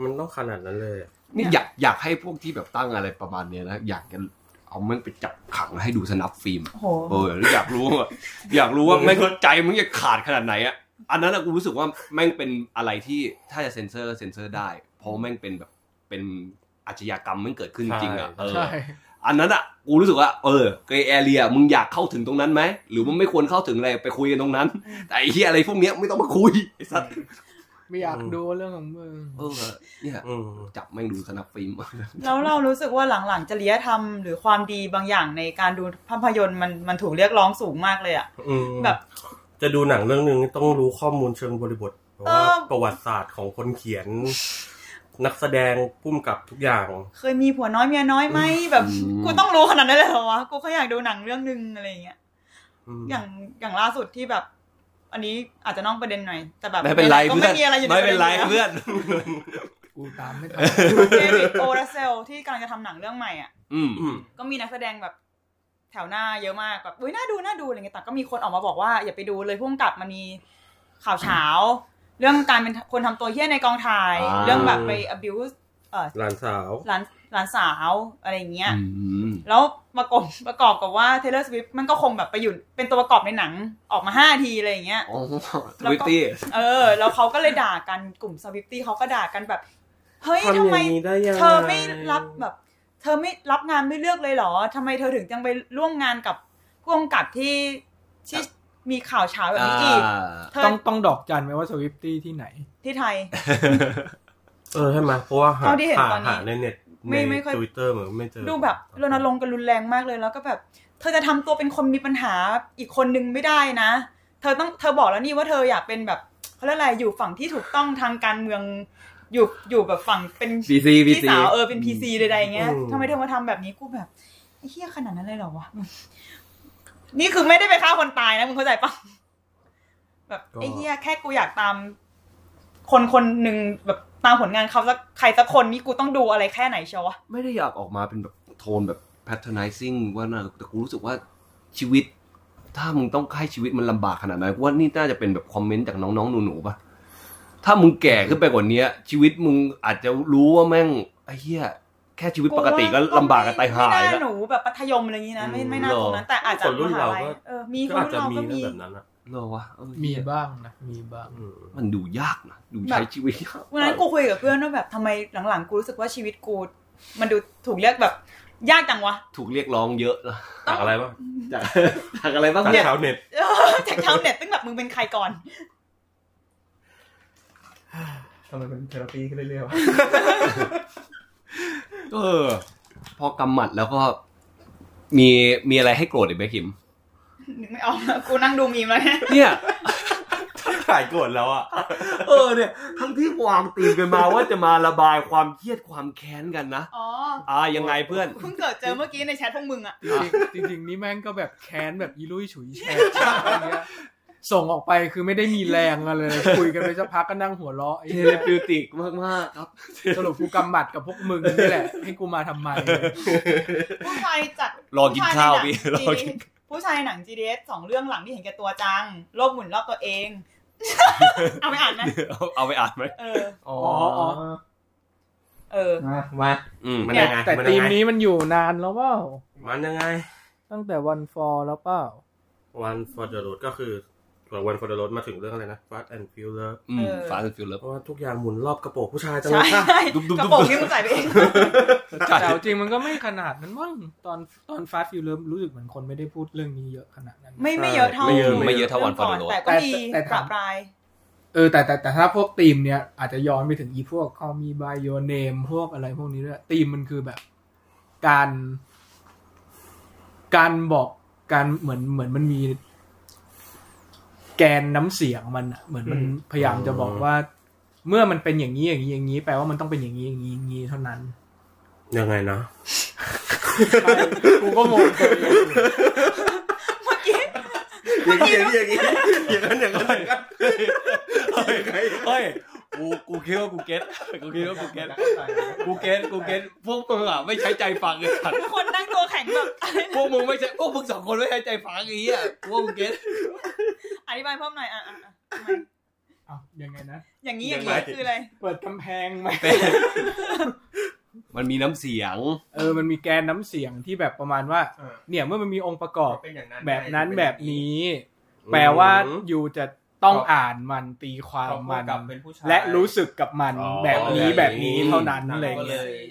มันต้องขนาดนั้นเลยอะ
นี่อยากอยากให้พวกที่แบบตั้งอะไรประมาณเนี้ยนะอยากจะเอาแม่งไปจับขังให้ดูสนับฟิล์ม
โอ้โห
เอออยากรู้ว่าอยากรู้ว่าแม่งใจมึงจะขาดขนาดไหนอ่ะอันนั้นอะกูรู้สึกว่าแม่งเป็นอะไรที่ถ้าจะเซ็นเซอร์ก็เซ็นเซอร์ได้ เพราะแม่งเป็นแบบเป็นอาชญากรรมแมันเกิดขึ้นจริงอ่ะเออ
ใช่
อันนั้นอ่ะกูรู้สึกว่าเออเกรย์แอเรียมึงอยากเข้าถึงตรงนั้นไหมหรือมันไม่ควรเข้าถึงอะไรไปคุยกันตรงนั้น แต่ไอ้ที่อะไรพวกเนี้ยไม่ต้องมาคุยไอ้สัตว์
ไม่อยากดูเรื่องของมึง
เออเนี่ย
อืม
จับแม่งดูสนับฟิล์ม
แล้วเรารู้สึกว่าหลังๆจริยธรรมหรือความดีบางอย่างในการดูภาพยนตร์มันมันถูกเรียกร้องสูงมากเลยอะ
อืม
แบบ
จะดูหนังเรื่องหนึ่งต้องรู้ข้อมูลเชิงบริบทเพราะว่า
เออ
ประวัติศาสตร์ของคนเขียน นักแสดงพุ่มกับทุกอย่าง
เคยมีผัวน้อยเมียน้อยไหมแบบกูต้องรู้ขนาดนั้นเลยเหรอวะกูก็อยากดูหนังเรื่องนึงอะไรอย่างเงี้ย
ม
อย่างอย่างล่าสุดที่แบบ อันนี้อาจจะนอกประเด็นหน่อย แต่แบบ
ไม่เป็นไร
ก็
เพื่อ
ไม่
น
มีอะไรอยู่
ไม่เป็นไร
ยู่แล้ว
เพื่อน
กูตามไม่ทัน
เดวิดโอราเซลที่กำลังจะทำหนังเรื่องใหม่อ่ะ
อืม
อืม
ก็มีนักแสดงแบบแถวหน้าเยอะมากแบบอุ้ยน่าดูน่าดูอะไรเงี้ยแต่ก็มีคนออกมาบอกว่าอย่าไปดูเลยพุ่งกลับมันมีข่าวเช้า เรื่องการเป็นคนทำตัวเหี้ยในกองถ่าย เรื่องแบบไป abuse เอ่อ
หลานสาว
หลานหลานสาวอะไรอย่างเงี้ย
อืม
แล้วประกอบประกอบกับว่าเทเลอร์สวิฟมันก็คงแบบไปอยู่เป็นตัวประกอบในหนังออกมาห้าทีอะไรอย่างเงี้ย
อ๋อทวิตตี้
เออ แล้วเขาก็เลยด่ากันกลุ่มสวิฟตี้เขาก็ด่ากันแบบ เฮ้ย
ทำอ
ทำไม
ย่างนี้ได้ยังง
เธอไม่รับแบบ เธอไม่รับงานไม่เลือกเลยเหรอทำไมเธอถึงยังไปร่วมงานกับพ่วงกับที่ที่มีข่าวเช้าแบบนี้อี กเธอ
ต้องต้องดอกจันไหมว่าสวิฟตี้ที่ไหน
ที่ไทย
เออใช่ไหมเพราะว่าหา
เท่าที่เห็น
หา
ตอนนี้
หาในเน็ต
ไม่ไม่ค่อย
ทวิตเตอร์เหมือนไม่เจอ
ดูแบบรณรงค์กันรุนแรงมากเลยแล้วก็แบบ เธอจะทำตัวเป็นคนมีปัญหาอีกคนนึงไม่ได้นะ เธอต้องเธอบอกแล้วนี่ว่าเธออยากเป็นแบบเขาเรียกอะไรอยู่ฝั่งที่ถูกต้องทางการเมืองอยู่อยู่แบบฝั่งเป็น
PC
พี่สาวเออเป็นพีซีใดๆเงี้ยทำไมเธอมาทำแบบนี้กูแบบไอ้เฮี้ยขนาดนั้นเลยเหรอวะ นี่คือไม่ได้ไปฆ่าคนตายนะมึงเข้าใจปะแบบไอ้เฮี้ยแค่กูอยากตาม คนคนหนึ่งแบบตามผลงานเขาสักใครสักคนนี่กูต้องดูอะไรแค่ไหนเชียววะ
ไม่ได้อยากออกมาเป็นแบบโทนแบบ patronizing ว่านะแต่กูรู้สึกว่าชีวิต ถ้ามึงต้องให้ชีวิตมันลำบากขนาดไหนกูว่านี่น่าจะเป็นแบบคอมเมนต์จากน้องๆหนูๆป่ะ ถ้ามึงแก่ขึ้นไปกว่าเนี้ย ชีวิตมึงอาจจะรู้ว่าแม่งไอ้เหี้ยแค่ชีวิตปกติก็ลำบากกันตายหาย
ไม่
แล้
น่าว หนูแบบปัธยมอะไรอย่างนี้นะไม่ไม่น่า
หรอ
ตรงนั้นแต่อาจจะ
คนรุ่นเรา
มหลั
ก็
ยเออมีค
ก็
น
อาจ
รุ่น
จะ
เราก็มี
มีนะแบบนั้นอะ
เหรอวะเออ
มี
เหี้ย
บ้างนะมีบ้าง
อืม
มันดูยากนะดู
แบบ
ใช้ชีวิตยาก
วันนั้นกูคุยกับเพื่อนว่าแบบทำไมหลังๆ กูรู้สึกว่าชีวิตกู มันดูถูกเรียกแบบ ยากจังวะ
ถูกเรียกร้องเยอะนะ
จากอะไรบ้าง
จากจากอะไรบ้าง
จาก
เนี่ย
ชาวเน็ต
เออ จากชาวเน็ตตั้งแบบมึงเป็นใครก่อน
ทำไมมันเทอราปีขึ้นเรื่อยๆวะ
เออ พอกำหมัดแล้วก็มีมีอะไรให้โกรธอีกไหมคิม
นึกไม่ออกแล้วกูนั่งดูมีมแล้วเนี่ย
เนี่ย
ถ่ายโกรธแล้วอะ
เออเนี่ยทั้งที่วางตีมกันมาว่าจะมาระบายความเครียดความแค้นกันนะ
อ๋อ
อ่ายังไงเพื่อน
เพิ่งเกิดเจอเมื่อกี้ในแชทพวกมึง อะ
จริงๆจริงๆนี่แม่งก็แบบแค้นแบบอีลุยฉุยแฉะ อะไรเงี้ยส่งออกไปคือไม่ได้มีแรงอะไร เลย คุยกันไปสักพักก็นั่งหัวเราะไอ้
เท
เหี้
เลย ปิวติกมากมากๆครับ
สรุปกูกำหมัดกับพวกมึงนี่แหละ ให้กูมาทำไม
ผู้ชายจัด
รอกินข้าวพี่
ผู้ชยในหนั GDS
รอง กิน
ผู้ชายในหนัง GDS สองเรื่องหลังที่เห็นแก่ตัวจังโลกหมุนรอบตัวเอง เอาไปอ่านไหม
เอาเอาไปอ่านไหม
เออ
อ๋อ
อ๋ออ๋อ
เออ
มามา
อืม
มัน
เนี่
ยั
ย
งไง
แต่
มัน
ที
ยัง
ม
ไง
นี้มันอยู่นานแล้วเปล่า
มันยังไง
ตั้งแต่วันฟอร์แล้วเปล่า
วันฟอร์ดรูดก็คือ แต่วันฟอร์ดรถมาถึงเรื่องอะไรนะฟาสแอนด์ฟิลเลอร์
อืม
เออ
ฟาสต์ฟิลเลอร์
เพราะว่าทุกอย่างหมุนรอบกระโปรงผู้ชายจังเล
ใช่
ยค่ะ
ใช่
ดุบดุบ
กระ
ดุบ
โปรง
ดุบ
ที่มึงใส่ไปเอง
แต่เอาจริงมันก็ไม่ขนาดนั้นมั้งตอนตอนฟาสต์ฟิวเริ่มรู้สึกเหมือนคนไม่ได้พูดเรื่องนี้เยอะขนาดนั้น
ไม่ไม่เยอะเท่า
ไม่เยอะ
ไม่เยอะเท่าวันฟอร์ดรถ
แต่ก็มี
แต่แต่
ปรับปราย
เออแต่แต่แต่ถ้าพวกธีมเนี่ยอาจจะย้อนไปถึงอีพวกคอมีบายโยเนมพวกอะไรพวกนี้ด้วยธีมมันคือแบบ การ การบอกการเหมือนเหมือนมันมี แกนน้ำเสียงมันอะเหมือนมัน
อืม
พยายามจะบอกว่า เมื่อมันเป็นอย่างนี้อย่างนี้อย่างนี้แปลว่ามันต้องเป็นอย่างนี้อย่างนี้อย่างนี้เท่านั้น
ยังไงนะ
กูก็งงตัวเอง
เมื่อกี้
อย่างนี้อย่างนี้อย่างนั้นอย่างนั้นอย่างนั้น
เฮ้ยกูกูคิดว่ากูเก็ตกูคิดว่ากูเก็ตกูเก็ตกูเก็ตพวกมึงอ่ะไม่ใช้ใจฟังเลย
ทุกคนนั่งตัวแข็งแบบ
พวกมึงไม่ใช่พวกมึงสองคนไม่ใช้ใจฟังไอ้เหี้ยพวกมึงเก็ต
อธิบายเพิ่มหน่อยอ่ะอ่ะอ่ะทำไม
เอายังไงนะ
อย่างนี้อย่างนี้คืออะไร
เปิดกำแพงไหม
มันมีน้ำเสียง
เออมันมีแกนน้ำเสียงที่แบบประมาณว่า
เออ
เนี่ยเมื่อมันมีองค์ประกอบ
เป็นอย่างนั้น
แบบนั้น
เป็
แบบนี้ แปลว่าอยู่จะต้องอ่านมันตีความมัน
เขากลับเป็นผู้ชาย
และรู้สึกกับมัน
อ๋อ
แบบ
อย่าง
นี้
นี้
แบบนี้เท่านั้น
หนั
อะ
ง
ไร
ก็เล
เงี้ย
ย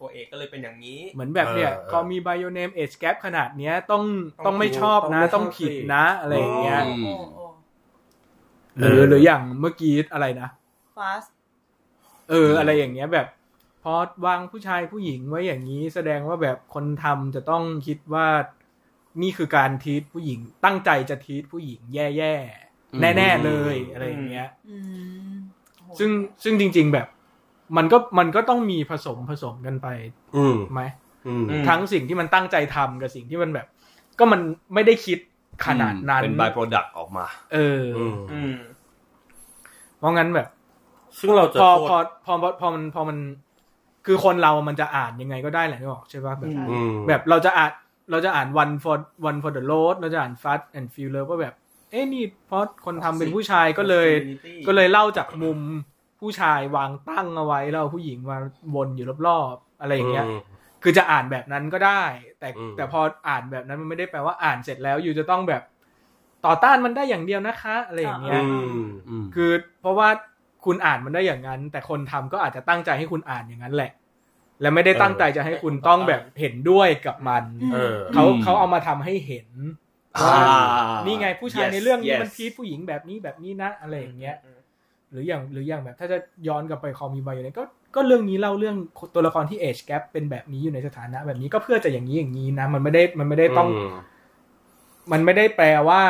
ตัวเอกก็เลยเป็นอย่างนี้
เหมือนแบบเนี่ย
เออ
พอมีไบโอเนมเอชแกปขนาดเนี้ยต้อง
ต้
ต้อ
องง
ไม่ชอบนะ
ต้
ต้อ
อง งไม่ชอบ
ผิด
สิ
นะอะไรอย่างเงี้ย
โอ้โอ้โอ้
หรือหรืออย่างเมื่อกี้อะไรนะ
fast
เอออะไรอย่างเงี้ยแบบพอวางผู้ชายผู้หญิงไว้อย่างนี้ แสดงว่าแบบคนทำจะต้องคิดว่า นี่คือการทีทผู้หญิง ตั้งใจจะทีทผู้หญิงแย่
อืม
ๆ แน่ๆเลยอะไรอย่างเงี้ย
อืมโอ้โห
ซึ่งซึ่งจริง ๆแบบ มันก็มันก็ต้องมีผสมผสมกันไป
อืม
ไหม
อืม
ม
ทั้งสิ่งที่มันตั้งใจทำกับสิ่งที่มันแบบ ก็มันไม่ได้คิดขนาดนั้น
เป็น by product ออกมา
เอออ
อืม
เพราะงั้นแบบ
ซึ่งเราจะ
พอ
โทษ
พอพอพอพอมันพอมันคือคนเรามันจะอ่านยังไงก็ได้แหละนึกออกใช่ปะแบบ
อืม
อืม
แบบเราจะอ่านเราจะอ่าน one for one for the road เราจะอ่าน fast and furious ว่าแบบ เอ้นี่เพราะคนทำเป็นผู้ชายก็เลย
Community
ก็เลยเล่าจากมุมผู้ชายวางตั้งเอาไว้แล้วเอาผู้หญิงมาวนอยู่รอบๆอะไรอย่างเงี้ย คือจะอ่านแบบนั้นก็ได้ แต่
อืม
แต่พออ่านแบบนั้นมันไม่ได้แปลว่าอ่านเสร็จแล้วอยู่จะต้องแบบต่อต้านมันได้อย่างเดียวนะคะ อะไรอย่าง
อื
เงี้ย
ม
อืม
คือเพราะว่าคุณอ่านมันได้อย่างนั้น แต่คนทำก็อาจจะตั้งใจให้คุณอ่านอย่างนั้นแหละ และไม่ได้ตั้งใจจะให้คุณต้องแบบเห็นด้วยกับมัน
เออ
เขา
อืม
เขาเอามาทำให้เห็น
อ่า
นี่ไงผู้ชาย
Yes,
ในเรื่องนี้
yes
มันพีทผู้หญิงแบบนี้แบบนี้นะอะไรอย่างเงี้ย หรืออย่างหรืออย่างแบบ ถ้าจะย้อนกลับไปคอมีบายอยู่เนี่ยก็ก็เรื่องนี้เล่าเรื่องตัวละครที่เอชแกปเป็นแบบนี้อยู่ในสถานะ แบบนี้ก็เพื่อจะอย่างนี้อย่างนี้นะ มันไม่ได้มันไม่ได้ต้อง
ม
มันไม่ได้แปลว่า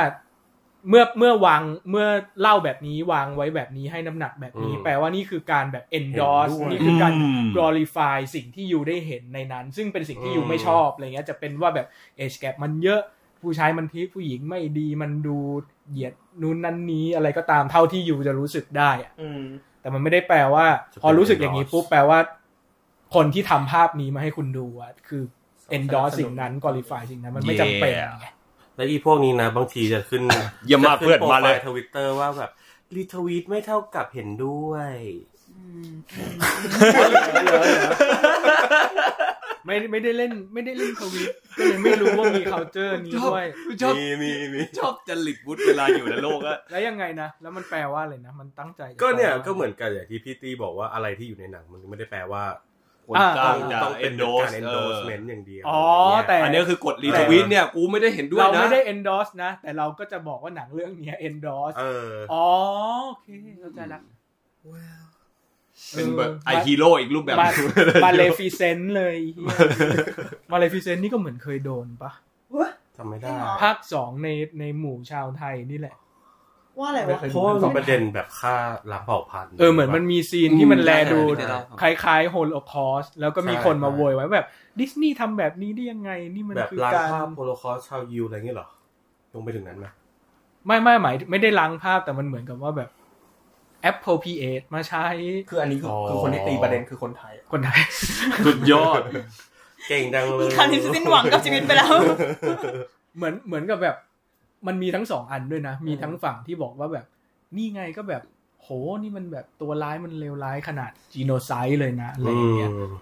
เมื่อเมื่อวางเมื่อเล่าแบบนี้วางไว้แบบนี้ให้น้ำหนักแบบนี้
อืม
แปลว่านี่คือการแบบ endorse
เห็นด้วย
นี่คือการ
อืม
glorify สิ่งที่อยู่ได้เห็นในนั้น ซึ่งเป็นสิ่งที่อยู่ไม่ชอบอะไรเงี้ยจะเป็นว่าแบบ age gap มันเยอะผู้ชายมันทีผู้หญิงไม่ดีมันดูเหยียดนู้นนั่นนี้อะไรก็ตามเท่าที่อยู่จะรู้สึกได้อะ
อืม
แต่มันไม่ได้แปลว่า
จะเป็น
พอรู้สึกอย่างนี้
endorse
ปุ๊บแปลว่า คนที่ทำภาพนี้มาให้คุณดูอะคือ endorse สิ่งนั้น glorify สิ่งนั้นมันไม่จำเป็นไง
และอีพวกนี้นะบางทีจะขึ้น
อย่ามาเพื่อนมาเลย
ทวิตเตอร์ว่าแบบรีทวีตไม่เท่ากับเห็นด้วย
อืม
ไม่ไม่ได้เล่นไม่ได้เล่นทวิตก็เลยไม่รู้ว่ามี culture นี้
ชอบ
ด้วย
ชอบ
มีมีมี
ชอบจริตวุฒิเวลาอยู่ในโลกอะ
แล้วยังไงนะ แล้วมันแปลว่าอะไรนะ มันตั้งใจจะ
ก็เนี่ย
แปลว่า
ก็เหมือนกันอย่างที่พี่ตี้บอกว่าอะไรที่อยู่ในหนังมันไม่ได้แปลว่า
คนตั้
อ่า
งจะ
ต้องเป็นการ
endorse เออ
endorsement อย่างเดียว
อ๋อแต่
อันนี้คือกดรีทวิตเนี่ย กูไม่ได้เห็นด้วย
เรา
นะ
ไม่ได้ endorse นะ แต่เราก็จะบอกว่าหนังเรื่องเนี้ย endorse
เออ
อ๋อโอเคเข้าใจละ
เป็นแบบไอ
เ
ฮีโร่อีกรูปแบบ
มา มาเลฟิเซนต์เลยไอ้เหี้ยมาเลฟิเซนต์นี่ก็เหมือนเคยโดนปะ
วะ
ทำไม่ได้
จริงเหรอ
ภาคสองในในหมู่ชาวไทยนี่แหละ
ว่าอะไร
ไม่
วะ
เคย
เพราะว่ามันประเด็นแบบฆ่าล้างเผ่าพันธุ์
เออเหมือนมันมีซีนที่มันแลดู
ใช่ใช่ใช่
คล้ายๆโฮโลคอสแล้วก็มี
ใช่
คนมาโวยไว้แบบ ดิสนีย์ทำแบบนี้ได้ยังไง นี่มัน
แบบ
คือ
ล้าง
การ
ภาพโฮโลคอสต์ชาวยิวอะไรเงี้ยเหรอลงไปถึงนั้นไหม
ไม่ไม่หมายไม่ได้ล้างภาพแต่มันเหมือนกับว่าแบบ appropriate มาใช้
คืออันนี้คือคือคนที่ตีประเด็นคือคนไทย
คนไทย
สุดยอด
เก่งดังเล
มี
ย
การที่สิ้นหวังกับชีวิตไปแล้ว
เหมือนเหมือนกับแบบ มันมีทั้งสองอันด้วยนะ มีทั้งฝั่งที่บอกว่าแบบ นี่ไงก็แบบ โหนี่มันแบบตัวร้ายมันเลวร้ายขนาดจีโนไซด์เลยนะอะไร
อื
อย่างเงี้ย
ม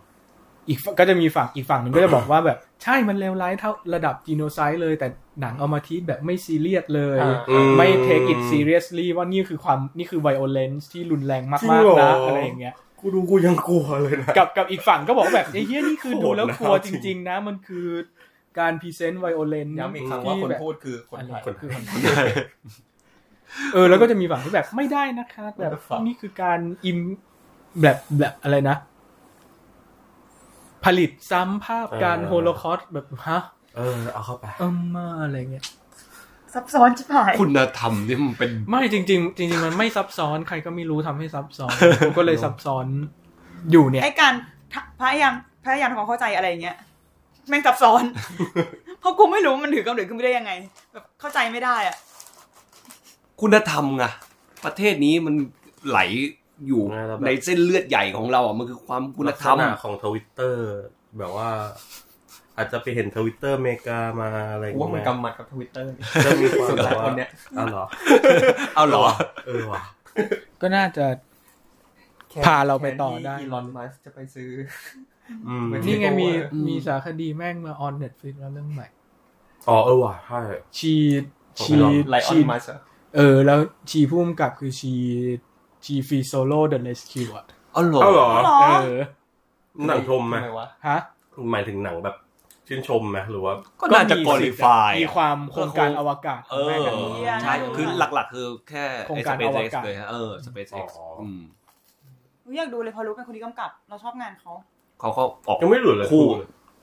อีกฝั่งก็จะมีฝั่งอีกฝั่งหนึ่งก็จะบอกว่าแบบใช่มันเลวร้ายเท่าระดับจีโนไซด์เลย แต่หนังเอามาทีทแบบไม่ซีเรียสเลย
อ่า
อืม
ไม่ take it seriously ว่านี่คือความนี่คือ violence ที่รุนแรงมา
จริง
ก
เหรอ
ๆนะอะไรอย่างเงี้ย
กูดูกูยังกลัวเลยนะ
กับกับอีกฝั่งก็บอกว่าแบบไอ้เหี้ยนี่คือ
โหดนะ
ดูแล้วกลัว
จ
จ
ริง
ริง ๆ นะ มันคือการพรีเซนต์ไวโอเลน
ย้ำอีกครั้งว่าคนพูดคือคนไทย
คือคนไทยเออ แล้วก็จะมีฝั่งที่แบบไม่ได้นะคะแบบ
What the fuck
นี่คือการอิมแบบแบบอะไรนะ ผลิตซ้ำภาพการ
เออ
โฮโลคอสต์แบบฮะ
เออเอาเข้าไป
เอมมาอะไรเงี้ย
ซับซ้อนจิ๋วหาย
คุณธรรมนี่มันเป็น
ไม่จริง ๆ จริง ๆ มันไม่ซับซ้อนใครก็ไม่รู้ทำให้ซับซ้อนผมก็เลยซับซ้อนอยู่เนี่ย
ไอการพยายามพยายามทำความเข้าใจอะไรอย่างเงี้ยแม่งซับซ้อน เพราะกูไม่รู้มันถือกำเนิดขึ้นไม่ได้ยังไง แบบเข้าใจไม่ได้อะ
คุณธรรมไงประเทศนี้มันไหลอยู่
อ่าแล้วแบบ
ในเส้นเลือดใหญ่ของเราอ่ะมันคือความคุณธรรม
ลักษณะของทวิตเตอร์แบบว่า อาจจะไปเห็นทวิตเตอร์อเมริกามาอะไรอย่ง
กู
เงี้ย
ว่ามึงกำหมัดกับทวิตเตอร์
จะมีความ
สุด
แบ
ท้าย
บว่า
คนเนี้ย
อ้าวเหรอ
เอาเหรอ
เออว่ะ
ก็น่าจะ พาเราไปต่อได้
อีลอนมัสจะไปซื้อ
อืม
มัน
นี่ไงมี
อืม
มีสารคดีแม่งมาออนเน็ตฟลิกแล้วเรื่องใหม่
อ๋อเออว่ะใช่
ชี
ผม
ชี
ไปลอง
ไลออ
ชี
นมัส
เออ แล้วชีพุ่มกับคือชีชีฟีโซโล่เดอะเลสคิวอ่ะ
เอาเหรอ
เอาเหรอ
หรอ
เออ
หนังชมไหม
ไมวะ
ฮะ
หมายถึงหนังแบบชื่นชมไหมหรือว่า
ก็น่าจะ
มี
qualify
มีความโครงการอวกาศข
เอ
อ
อ
งแม่งอันนี้
ใช่คือหลักๆ คือแค่
โครง
ไอ้
การ
SpaceX
อวกาศ
เลยฮะเออ SpaceX
อ๋ออื
อืม
อุ๊ยอยากดูเลยเพอรู้เป็นคนที่กำกับ เราชอบงานเขา
เขาก็ออก
ยังไม่หลุดเลย
คู่